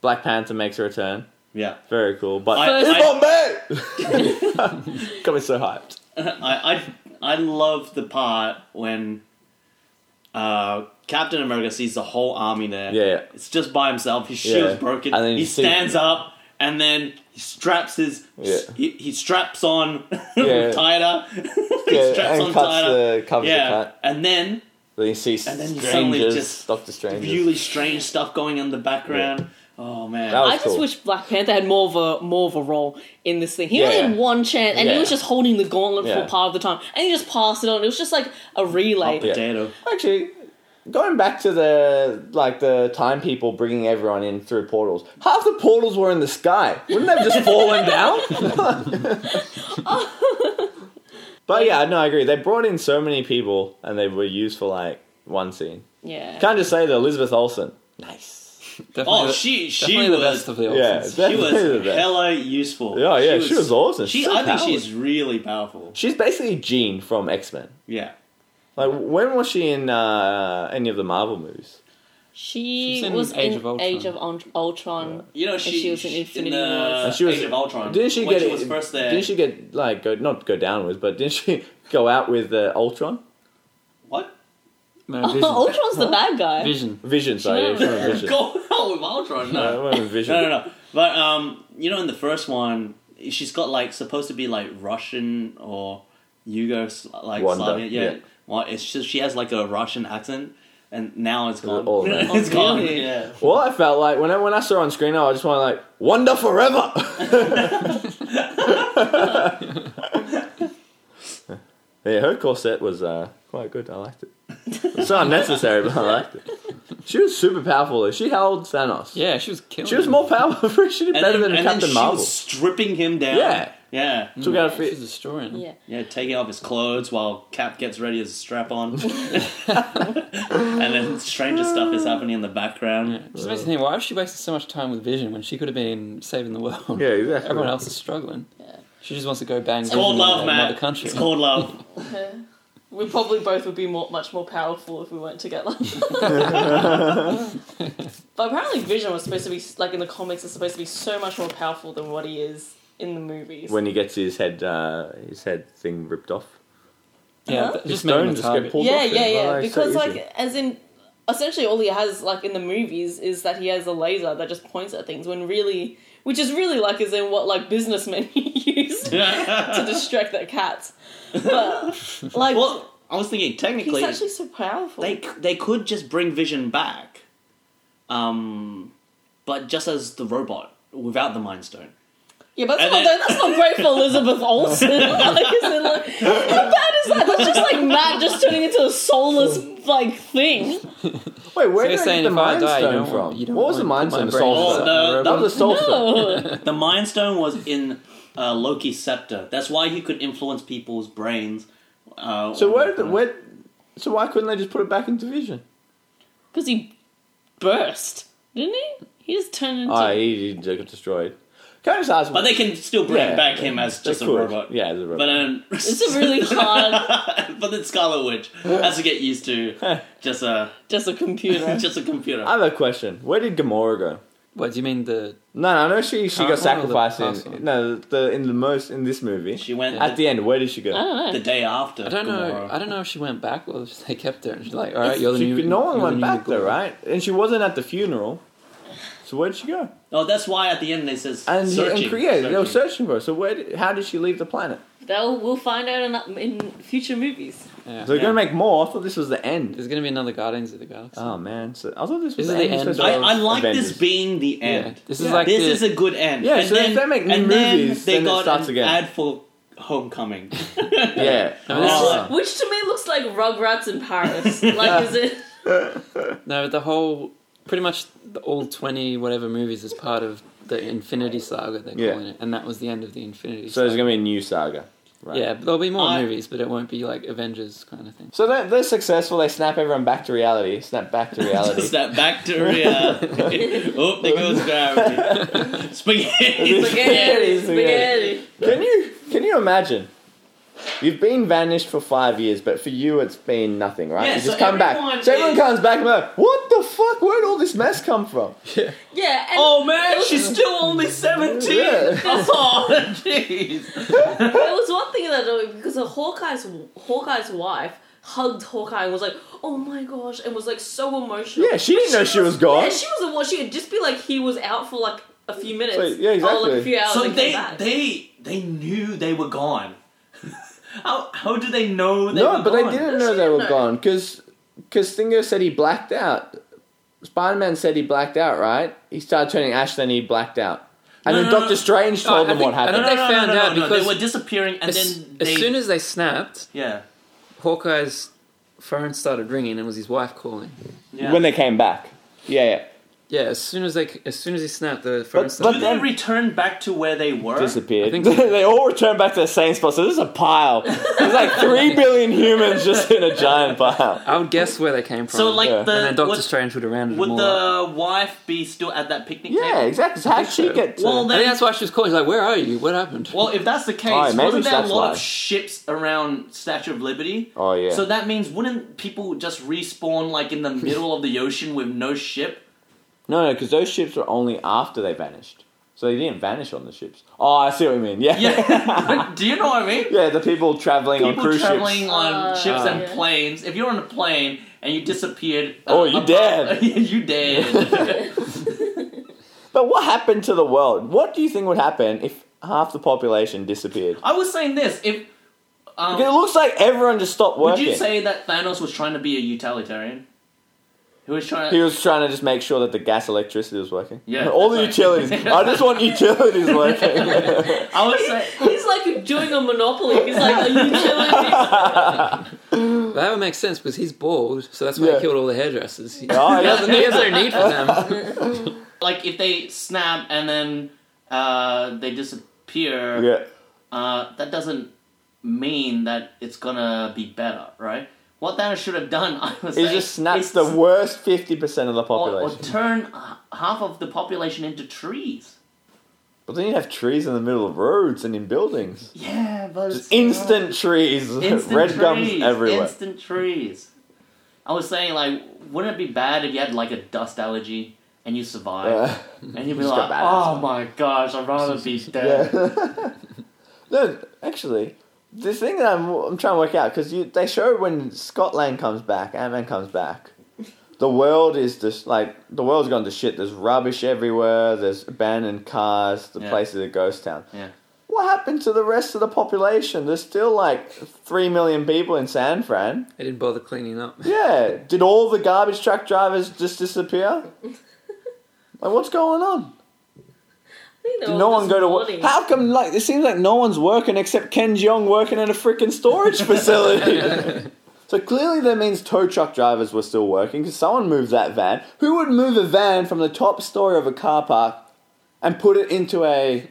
B: Black Panther makes a return.
A: Yeah.
B: Very cool. But
A: I-
B: it's
A: I-
B: not me. Got me so hyped.
A: I, I I love the part when uh, Captain America sees the whole army there.
B: Yeah, yeah.
A: It's just by himself. His shield's
B: Yeah.
A: broken.
B: And then
A: he
B: you see-
A: stands up and then he straps his
B: Yeah.
A: he, he straps on
B: Yeah.
A: tighter. he
B: Yeah,
A: straps
B: and
A: on
B: cuts
A: tighter.
B: the covers
A: yeah.
B: the cut.
A: And then
B: Then you see
A: And then you suddenly
B: strangers,
A: just
B: Doctor Strangers.
A: really strange stuff going in the background. Oh man.
B: That was-
D: I just
B: cool.
D: wish Black Panther had more of a more of a role in this thing. He only
B: Yeah.
D: had one chance, and
B: Yeah.
D: he was just holding the gauntlet
B: Yeah. Oh,
D: for part of the time, and he just passed it on. It was just like a relay.
A: Hot potato.
B: Actually, going back to the like the time people bringing everyone in through portals, half the portals were in the sky. Wouldn't they have just fallen down? but yeah, no, I agree. They brought in so many people, and they were used for like one scene.
D: Yeah,
B: Can't just say that Elizabeth Olsen. Nice.
C: Definitely
A: Oh,
C: the-
A: she she
C: definitely the
A: was
C: best of the
B: Yeah,
C: Olsens.
A: she
B: definitely the
A: was
B: best.
A: hella useful.
B: Yeah, yeah, she was awesome.
A: She,
B: She's so
A: I think
B: powerful.
A: she's really powerful.
B: She's basically Jean from X Men.
A: Yeah.
B: Like, when was she in uh, any of the Marvel movies?
D: she
C: She's in
D: was
C: Age
D: in
C: of Ultron.
D: Age of Ult- Ultron.
A: You know, she,
D: she was in Infinity
A: the
D: Wars.
B: And she was-
A: Age of Ultron.
B: Didn't she
A: Um, when
B: get
A: she was first there?
B: Didn't she get like go, not go down with, but didn't she go out with uh, Ultron?
A: what?
C: No,
D: Oh,
C: Vision.
D: Ultron's the bad guy.
C: Vision.
B: Vision, sorry,
D: She
B: yeah,
D: went
B: she went with Vision.
A: Go out with Ultron.
B: No,
A: No.
B: it wasn't Vision.
A: No, no, no. But um, you know, in the first one, she's got like supposed to be like Russian or Yugo like
B: Wanda,
A: Slavian. Yeah,
B: yeah.
A: Well, it's just she has like a Russian accent, and now it's gone.
B: all that.
A: it's
D: Oh,
A: gone.
D: really?
A: Yeah.
B: Well, I felt like when I when I saw her on screen, I just want like Wonder Forever. yeah, her corset was uh, quite good. I liked it. It's not unnecessary, but I liked it. She was super powerful. though. She held Thanos.
C: Yeah, she was killing.
B: She was
C: it.
B: more powerful. she did
A: And
B: better
A: then,
B: than
A: and then
B: Captain
A: she
B: Marvel.
A: was stripping him down.
B: Yeah.
A: Yeah.
B: Took out a
C: She's
B: fit.
C: destroying.
D: Yeah,
A: Yeah, taking off his clothes while Cap gets ready as a strap on. and then stranger stuff is happening in the background.
C: It just makes you think, why is she wasting so much time with Vision when she could have been saving the world?
B: Yeah, exactly.
C: Everyone else is struggling.
D: Yeah.
C: She just wants to go bang
A: It's called
C: Vision in
A: love,
C: another
A: man.
C: country.
A: It's called love.
D: we probably both would be more, much more powerful if we weren't together. but apparently, Vision was supposed to be like in the comics is supposed to be so much more powerful than what he is in the movies.
B: when he gets his head uh, his head thing ripped off.
C: yeah,
D: Huh?
C: that-
B: His
C: just made him a
B: stones just get
C: target.
B: pulled
D: yeah,
B: off
D: yeah,
B: him.
D: yeah.
B: Like, so
D: because
B: easy.
D: like, as in, essentially, all he has like in the movies is that he has a laser that just points at things. When really, which is really like, is in what like businessmen use to distract their cats. But like,
A: well, I was thinking
D: he's
A: technically
D: actually so powerful.
A: they c- they could just bring Vision back, um, but just as the robot without the Mind Stone.
D: yeah, but that's
A: and
D: not,
A: then-
D: that's not great for Elizabeth Olsen. like, is it like, how bad is that? That's just like Matt just turning into a soulless like thing.
B: Wait, where
C: So
B: did
C: you're
B: I get
C: saying
B: the
C: if I
B: mind
C: die, you
B: stone
C: don't
B: from?
C: want- you don't
B: what was the mind
C: want my
B: stone? The
C: brain
B: soul
A: Oh,
B: stone.
A: no,
B: that was the soul stone.
D: No.
A: The Mind Stone was in uh, Loki's scepter. That's why he could influence people's brains. Uh,
B: So where, did,
A: uh,
B: where? So why couldn't they just put it back into Vision?
D: Because he burst, didn't he? He just turned into.
B: Ah, he, he got destroyed. Can I just ask?
A: But they can still bring
B: Yeah,
A: back
B: yeah,
A: him as
B: they
A: just a
B: could.
A: robot.
B: Yeah, as a robot.
A: But um,
D: It's a really hard,
A: but then Scarlet Witch has to get used to just a
D: just a computer.
A: just a computer.
B: I have a question. Where did Gamora go?
C: What do you mean the?
B: No, no, I know she, she
C: Current
B: got
C: one or the
B: sacrificed
C: past
B: in
C: one?
B: no the in the most in this movie.
A: She Uh, went
B: At the end, where did she go?
D: I don't know.
A: the day after.
C: I don't know.
A: Gamora.
C: I don't know if she went back or if they kept her. And she's like, all right, you're the
B: She-
C: new.
B: no one
C: you're the
B: went
C: new
B: back
C: Nicole.
B: there, right? And she wasn't at the funeral. So where did she go?
A: Oh, that's why at the end they says
B: And,
A: searching.
B: and yeah, they were
A: searching.
B: searching for her. So where? Did, how did she leave the planet?
D: They'll, we'll find out in, in future movies.
C: Yeah.
B: So they're gonna
A: Yeah.
B: make more. I thought this was the end.
C: There's gonna be another Guardians of the Galaxy.
B: Oh man, so I thought this was
C: This
B: the
C: is the
B: end.
C: end
B: Supposed to
A: I,
B: be
A: I like
B: Avengers.
A: this being the
C: yeah.
A: end.
C: This
B: Yeah.
C: is like
A: This
C: the-
A: is a good end.
B: Yeah,
A: and
B: so if
A: then,
B: they make new
A: and then
B: movies,
A: they
B: then it
A: got
B: starts
A: an
B: again.
A: ad for Homecoming.
B: Yeah.
C: I mean, this is-
A: Oh.
D: Which to me looks like Rugrats in Paris. like, is it.
C: No, the whole pretty much the, all twenty whatever movies is part of the Infinity Saga they're
B: Yeah.
C: calling it, and that was the end of the Infinity.
B: So there's
C: Saga.
B: gonna be a new saga. Right.
C: yeah, but there'll be more
A: I-
C: movies, but it won't be like Avengers kind of thing.
B: So they're, they're successful. They snap everyone back to reality. Snap back to reality.
A: Snap back to reality. oh, there goes gravity. Spaghetti.
D: Spaghetti, spaghetti.
B: can you can you imagine? You've been vanished for five years, but for you it's been nothing, right?
A: Yeah,
B: you
A: so
B: just come back.
A: everyone
B: So everyone
A: is-
B: comes back and they're like, what the fuck? Where did all this mess come from?
D: Yeah, and
A: Oh man, she's still only seventeen.
B: Yeah.
A: Oh jeez.
D: there was one thing that uh, because of Hawkeye's Hawkeye's wife hugged Hawkeye and was like, "Oh my gosh," and was like so emotional.
B: Yeah, she didn't know she was
D: Yeah,
B: gone.
D: she was the one. She could just be like, he was out for like a few minutes.
B: Wait, yeah,
D: Or like
B: exactly.
D: a few hours.
A: So
D: and
A: they
D: came back.
A: they they knew they were gone. how how do they know they
B: no,
A: were
B: but
A: gone?
B: they didn't
D: No,
B: know
D: she
B: they
D: didn't
B: were
D: know.
B: gone because Thingo said he blacked out. Spider Man said he blacked out, right? He started turning ash, then he blacked out. And
A: No,
B: then
A: no,
B: Doctor
A: no.
B: Strange told
C: I
B: them
C: think-
B: what
C: I don't
A: No,
B: happened.
A: no,
C: They
A: no,
C: found
A: no, no,
C: out
A: no,
C: because-
A: they were disappearing, and
C: As,
A: then
C: as
A: they,
C: soon as they snapped,
A: yeah,
C: Hawkeye's phone started ringing, and it was his wife calling.
A: yeah.
B: When they came back. Yeah, yeah.
C: Yeah, as soon as they, as soon as he snapped, the phone
B: But-
C: started.
A: do they return back to where they were?
B: Disappeared.
C: I think-
B: they all returned back to the same spot, so this is a pile. There's like three billion humans just in a giant pile.
C: I would guess where they came from.
A: So like
B: Yeah.
A: the
C: and then Doctor
A: would,
C: Strange would have rounded
A: would
C: them all up.
A: the wife be still at that picnic
B: Yeah,
A: table?
B: exactly. So How'd she get to
A: Well,
C: I think
A: then-
C: that's why she was calling. She's like, "Where are you? What happened?"
A: Well, if that's the case,
B: Oh, maybe
A: wasn't there a
B: that's
A: lot
B: why.
A: of ships around Statue of Liberty?
B: Oh, yeah.
A: So that means wouldn't people just respawn like in the middle of the ocean with no ship?
B: No, no, because those ships were only after they vanished. So they didn't vanish on the ships. Oh, I see what you mean. Yeah.
A: Yeah. Do you know what I mean?
B: Yeah, the people traveling on
A: People
B: cruise
A: traveling
B: ships.
A: on
D: Uh,
A: ships and
D: yeah.
A: planes. If you're on a plane and you disappeared,
B: Oh, you
A: above-
B: dead.
A: you dead.
B: But what happened to the world? What do you think would happen if half the population disappeared?
A: I was saying this. If um,
B: Because it looks like everyone just stopped
A: would
B: working.
A: you say that Thanos was trying to be a utilitarian? Who was trying?
B: he
A: To,
B: was trying to just make sure that the gas electricity was working.
A: Yeah,
B: All the
A: that's right.
B: utilities. I just want utilities working.
A: I was saying.
D: He's like doing a monopoly. He's like, are you chilling?
C: But that would make sense because he's bald, so that's why
B: Yeah.
C: he killed all the hairdressers. He,
B: Oh,
C: he
B: yeah.
C: doesn't, he has no need for them.
A: like if they snap and then uh, they disappear,
B: yeah.
A: uh, that doesn't mean that it's gonna be better, right? What Thanos should have done, I was
B: He
A: saying,
B: just snaps
A: is
B: the worst 50% of the
A: or, or
B: population.
A: turn h- half of the population into trees.
B: But then you'd have trees in the middle of roads and in buildings.
A: Yeah, but it's
B: Just instant trees.
A: Instant
B: Red gums
A: trees.
B: everywhere.
A: Instant trees. I was saying, like, wouldn't it be bad if you had like a dust allergy and you survived,
B: Yeah.
A: and you'd be
B: Just
A: like,
B: got bad at
A: "Oh my gosh, I'd rather be dead."
B: Yeah. no, actually, the thing that I'm, I'm trying to work out because they showed when Scotland comes back, Ant Man comes back. The world is just like the world's gone to shit. There's rubbish everywhere. There's abandoned cars. The
A: Yeah.
B: place is a ghost town.
A: Yeah.
B: What happened to the rest of the population? There's still like three million people in San Fran.
C: They didn't bother cleaning up.
B: Yeah, did all the garbage truck drivers just disappear? Like, what's going on? Did no one go to work? How come? Like it seems like no one's working except Ken Jeong working at a freaking storage facility. so clearly, that means tow truck drivers were still working because someone moved that van. Who would move a van from the top story of a car park and put it into a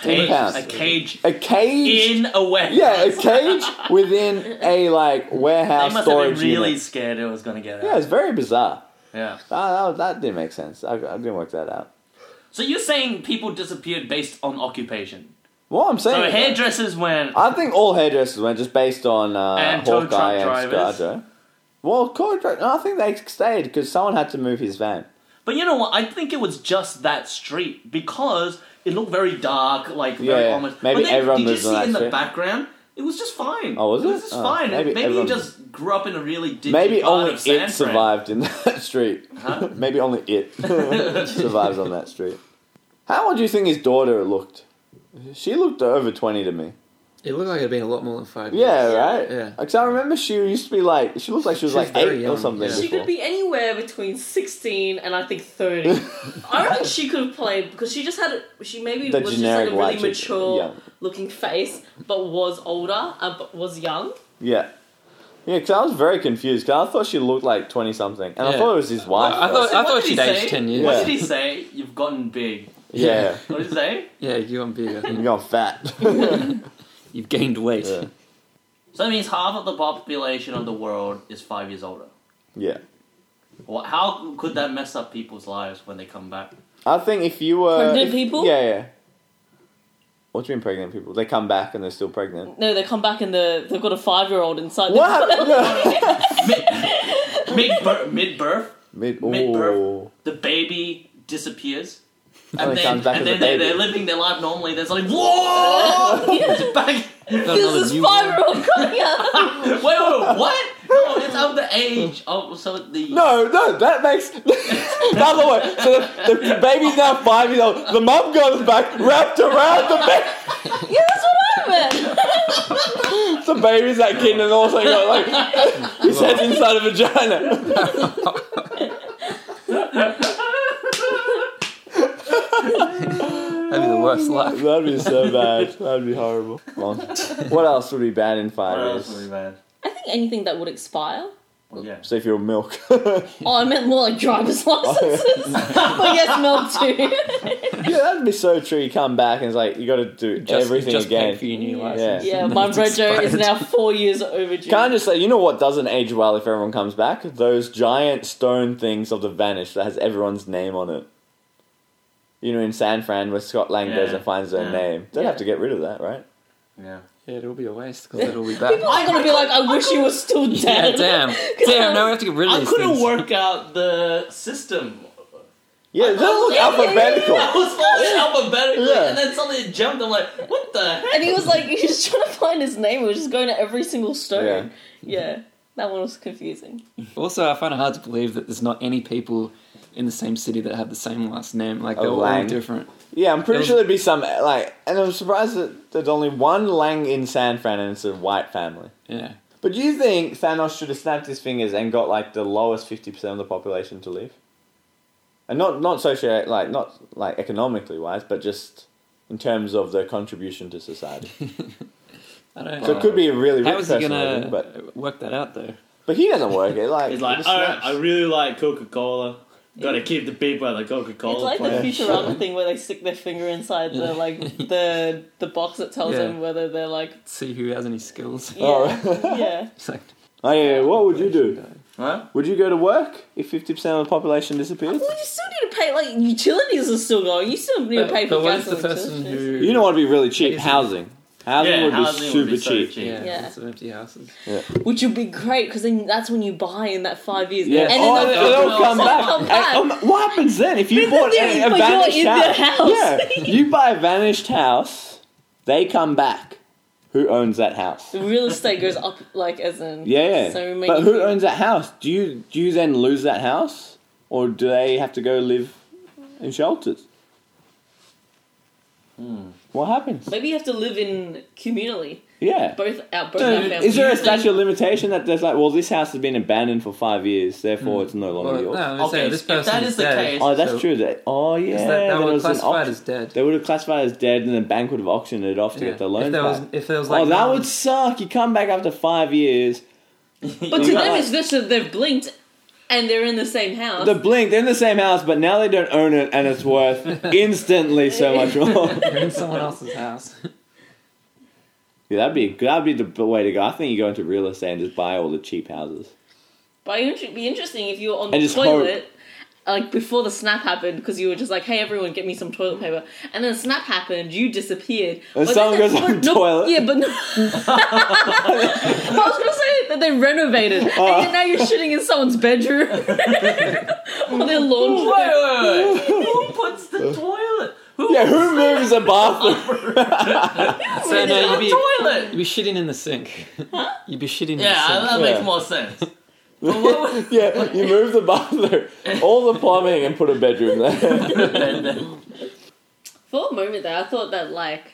A: Cage,
B: pounds.
A: a cage
B: a cage?
A: in a warehouse.
B: yeah, a cage within a like
A: They
B: warehouse
A: must have
B: storage
A: been really
B: unit.
A: scared it was gonna get out.
B: Yeah, it's very bizarre.
A: Yeah.
B: Ah, that, that didn't make sense. I, I didn't work that out.
A: So you're saying people disappeared based on occupation?
B: What I'm saying.
A: So
B: is-
A: hairdressers went.
B: I think all hairdressers went just based on uh,
A: And tow truck
B: Hawkeye and
A: drivers.
B: ScarJo. Well, tow truck- no, I think they stayed because someone had to move his van.
A: But you know what? I think it was just that street because it looked very dark, like very
B: Yeah,
A: ominous.
B: maybe
A: but then,
B: everyone
A: did you
B: lives
A: see
B: on that
A: in the
B: street.
A: background? It was just fine.
B: Oh, was
A: It
B: it?
A: was just
B: Oh,
A: fine.
B: maybe
A: Maybe,
B: everyone-
A: you just grew up in a really dingy
B: Maybe
A: part
B: only
A: of San
B: it
A: Fran.
B: survived in that street.
A: Huh?
B: Maybe only it survives on that street. How old do you think his daughter looked? She looked over 20 to me.
C: It looked like it'd been a lot more than five years.
B: Yeah, right?
C: Yeah.
B: Because I remember she used to be like, she looked like she was
C: She was
B: like
C: very
B: 8 or
C: young,
B: something.
C: yeah.
D: She
B: Before.
D: could be anywhere between 16 and I think 30. I reckon she could have played because she just had, she maybe
B: The
D: was just like
B: generic
D: a
B: white
D: really
B: chick,
D: mature
B: yeah.
D: looking face, but was older, uh, but was young.
B: yeah. Yeah, because I was very confused because I thought she looked like 20 something. And I
C: Yeah.
B: thought it was his wife.
C: I
A: So
C: thought-
A: what did
C: she'd
A: he
C: aged
A: say?
C: 10 years.
A: What
B: Yeah.
A: did he say? You've gotten big.
B: yeah.
A: What did he say?
C: Yeah, you and bigger.
B: You're going fat.
C: You've gained weight.
B: Yeah.
A: So that means half of the population of the world is five years older.
B: yeah.
A: Well, how could that mess up people's lives when they come back?
B: I think if you were
D: Pregnant
B: if-
D: people?
B: yeah, yeah. What do you mean pregnant people? They come back and they're still pregnant.
D: No, they come back and the, they've got a five year old inside.
B: What happened?
A: Mid mid birth,
B: Mid,
A: Mid-birth.
B: ooh.
A: the baby disappears.
B: And
A: And
B: it
A: then,
B: comes back
A: and
B: as a
A: then they're,
B: baby.
A: they're living their life normally. There's like, whoa! It's back. Wait,
C: Got another
D: There's Oh, this
C: newborn.
D: five year old coming out.
A: wait, what? No, it's of the age of so the.
B: No, no, that makes the other way. So the, the baby's now five years old. The mum goes back wrapped around the baby.
D: yeah, that's what I meant.
B: The baby's that kid and also got like his head's inside a vagina.
C: worst luck.
B: That'd be so bad. That'd be horrible. Well, what else would be bad in five
A: What else would
B: years?
A: be bad?
D: I think anything that would expire.
A: Well, yeah.
B: So if you're milk,
D: Oh, I meant more like driver's
B: Oh,
D: licenses. well, yes, milk too.
B: yeah, that'd be so true. You come back and it's like you got to do
C: Just,
B: everything
C: just
B: again.
C: pay for your new
D: Yeah.
C: license.
D: yeah,
C: and
D: my
C: it's
D: Brojo is
C: expired.
D: now four years overdue.
B: Can I just say, you know what doesn't age well if everyone comes back? Those giant stone things of the Vanish that has everyone's name on it. You know, in San Fran, where Scott Lang
A: Yeah.
B: goes and finds their
A: Yeah.
B: name. Don't
D: Yeah.
B: have to get rid of that, right?
A: Yeah.
C: Yeah, it'll be a waste because it'll be back.
D: I'm gonna be like, I wish you were still
C: yeah,
D: dead.
C: damn, damn. Now we have to get rid of
A: I
C: these
A: couldn't
C: things.
A: work out the system.
B: Yeah, they look
D: yeah, yeah,
B: alphabetical.
A: I was following alphabetically,
B: Yeah.
A: and then suddenly it jumped. I'm like, what the heck?
D: And he was like, he's just trying to find his name. He was just going to every single stone. Yeah. That one was confusing.
C: Also, I find it hard to believe that there's not any people in the same city that have the same last name. Like they're
B: Oh,
C: all
B: Lang.
C: different.
B: Yeah, I'm pretty
C: Those-
B: sure there'd be some like, and I'm surprised that there's only one Lang in San Fran, and it's a white family.
C: Yeah.
B: But do you think Thanos should have snapped his fingers and got like the lowest fifty percent of the population to leave? And not not socio like not like economically wise, but just in terms of their contribution to society.
C: I don't.
B: So it could be a really
C: How
B: rich
C: is he
B: person, living,
C: gonna
B: but
C: work that out though?
B: but he doesn't work it. Like oh,
A: He's
B: he
A: like,
B: just
A: all right,
B: snaps.
A: I really like Coca Cola. Got to keep the people at the Coca Cola
D: It's like the
A: plant.
D: Futurama thing where they stick their finger inside the like the the box that tells
C: Yeah.
D: them whether they're like
C: See who has any skills.
D: yeah,
B: Oh.
D: yeah.
C: It's like,
B: Oh, yeah, what would you do?
A: Huh?
B: Would you go to work if fifty percent of the population disappeared?
D: Well, you still need to pay. Like utilities are still going. You still need to pay
C: But,
D: for
C: but what
D: gas
C: if the
D: and
C: person
D: electricity.
C: who
B: You know what would be really cheap?
C: Amazing.
B: Housing. Housing
A: yeah,
B: would be
A: housing
B: super
A: would be so
B: cheap.
C: Yeah,
D: Yeah.
C: lots of empty houses.
D: Which would be great because then that's when you buy in that five years.
B: Yeah.
D: And
B: oh,
D: then
B: and
D: they'll,
B: they'll,
D: they'll
B: come back.
D: come back.
B: And, um, what happens then if you bought
D: they're-
B: a, a
D: but you're
B: vanished
D: in their
B: house?
D: house.
B: Yeah, you buy a vanished house, they come back. Who owns that house?
D: the real estate goes up, like as in
B: um, Yeah, yeah.
D: So many
B: but who
D: people-
B: owns that house? Do you do you then lose that house, or do they have to go live in shelters?
A: Hmm.
B: What happens?
D: Maybe you have to live in communally.
B: Yeah.
D: Both out, both
B: So,
D: our families.
B: is there a statute of limitation that there's like, well, this house has been abandoned for five years, therefore
A: Hmm.
B: it's no longer
C: Well, no,
B: yours?
C: I'm
A: Okay,
C: okay, saying this
A: if that
C: person
A: is
C: is
A: the
C: dead.
A: case-
B: Oh, that's
C: So-
B: true. That oh yeah,
C: Is that,
B: there
C: that were
B: was an
C: classified
B: auction-
C: as dead.
B: They would have classified as dead, and the bank would have auctioned it off to
C: Yeah.
B: get the loan
C: if there was,
B: back.
C: if there was like,
B: oh, that
C: no
B: would suck. You come back after five years.
D: But to
B: You
D: them,
B: got, like-
D: it's just that they've blinked and they're in the same house.
B: The blink, they're in the same house, but now they don't own it, and it's worth instantly so much more.
C: you're in someone else's house.
B: yeah, that'd be that'd be the b- way to go. I think you go into real estate and just buy all the cheap houses.
D: But it'd be interesting if you were on
B: And
D: the
B: just
D: toilet, like before the snap happened, because you were just like, "Hey, everyone, get me some toilet paper," and then the snap happened, you disappeared.
B: And
D: But
B: someone
D: then
B: goes
D: they-
B: on
D: but no-
B: toilet.
D: Yeah, but no. I was gonna say that they renovated,
B: Oh.
D: and yet now you're shitting in someone's bedroom or their laundry.
A: Wait, wait, wait. Who puts the toilet? Who
B: Yeah, who moves a bathroom?
C: so no, you'd
A: the
C: be,
A: toilet?
C: you'd be shitting in the sink. You'd be shitting
A: Yeah,
C: in the
A: that
C: sink.
B: Yeah.
A: makes more sense. But what would-
B: yeah, you move the bathroom, all the plumbing, and put a bedroom there.
D: For a moment there, I thought that like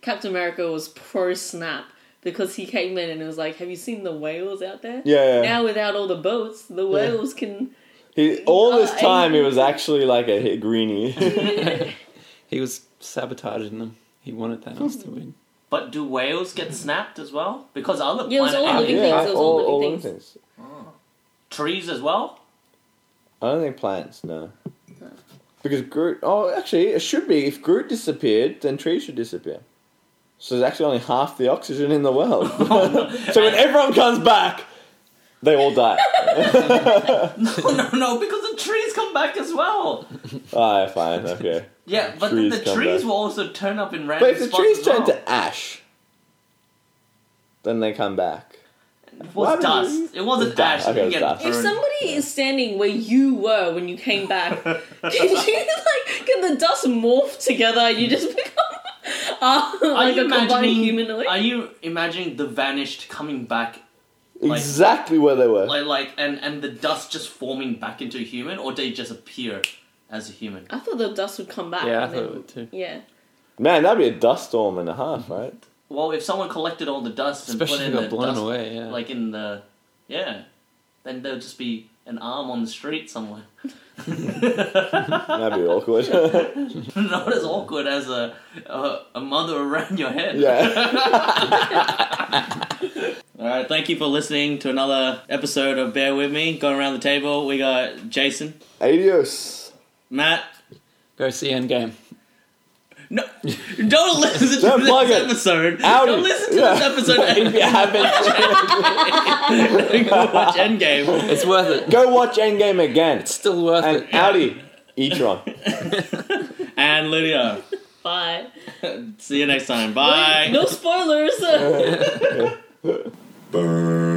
D: Captain America was pro snap because he came in and was like, "Have you seen the whales out there?"
B: Yeah.
D: Now without all the boats, the whales can.
B: He, all this
D: Oh,
B: time,
D: and-
B: he was actually like a hit greenie.
C: He was sabotaging them. He wanted Thanos to win.
A: But do whales get snapped as well? Because other
D: Yeah, it was
A: planet-
B: Oh,
D: all living
A: uh,
D: things, it was all living
B: living
D: things.
B: things.
A: trees as well.
B: I don't think plants, no. Because Groot. Oh, actually, it should be. If Groot disappeared, then trees should disappear. So there's actually only half the oxygen in the world. so when everyone comes back, they all die.
A: no, no, no, because the trees come back as well.
B: Ah, fine, okay.
A: Yeah, but
B: Trees
A: the, the
B: come
A: trees
B: back.
A: will also turn up in random
B: But if the
A: spots
B: trees
A: as well.
B: turn to ash, then they come back.
A: It
B: Why would
A: was
B: you-
A: dust. It wasn't
B: dust.
A: ash. that
B: Okay,
A: you
B: it was
A: get
B: dust.
D: If
A: burned.
D: somebody is standing where you were when you came back, can you like can the dust morph together? and You just become uh,
A: are
D: like
A: you
D: a combined
A: imagining?
D: humanoid.
A: Are you imagining the vanished coming back,
B: Exactly where they were.
A: like like, and and the dust just forming back into a human, or they just appear as a human?
D: I thought the dust would come back.
C: Yeah, I
D: and
C: thought it
D: then-
C: would too.
D: Yeah.
B: Man, that'd be a dust storm and a half, right?
A: Well, if someone collected all the dust and
C: Especially
A: put
C: if
A: in
C: it
A: the
C: got blown
A: dust,
C: away. Yeah.
A: like in the yeah, then they'll just be an arm on the street somewhere.
B: That'd be awkward.
A: Not as awkward as a, a a mother around your head.
B: yeah.
A: All right. Thank you for listening to another episode of Bear with Me. Going around the table, we got Jason,
B: Adios.
A: Matt.
C: Go see Endgame.
A: No, don't listen
B: Don't
A: to
B: plug
A: this
B: it.
A: episode.
B: Out
A: Don't
B: it.
A: listen to
B: Yeah.
A: this episode.
E: If you haven't,
A: and Go watch Endgame.
C: It's worth it.
B: Go watch Endgame again.
C: It's still worth
B: And
C: it.
B: Audi. Etron.
A: And Lydia.
D: Bye.
A: See you next time. Bye.
D: No spoilers.
B: Burn.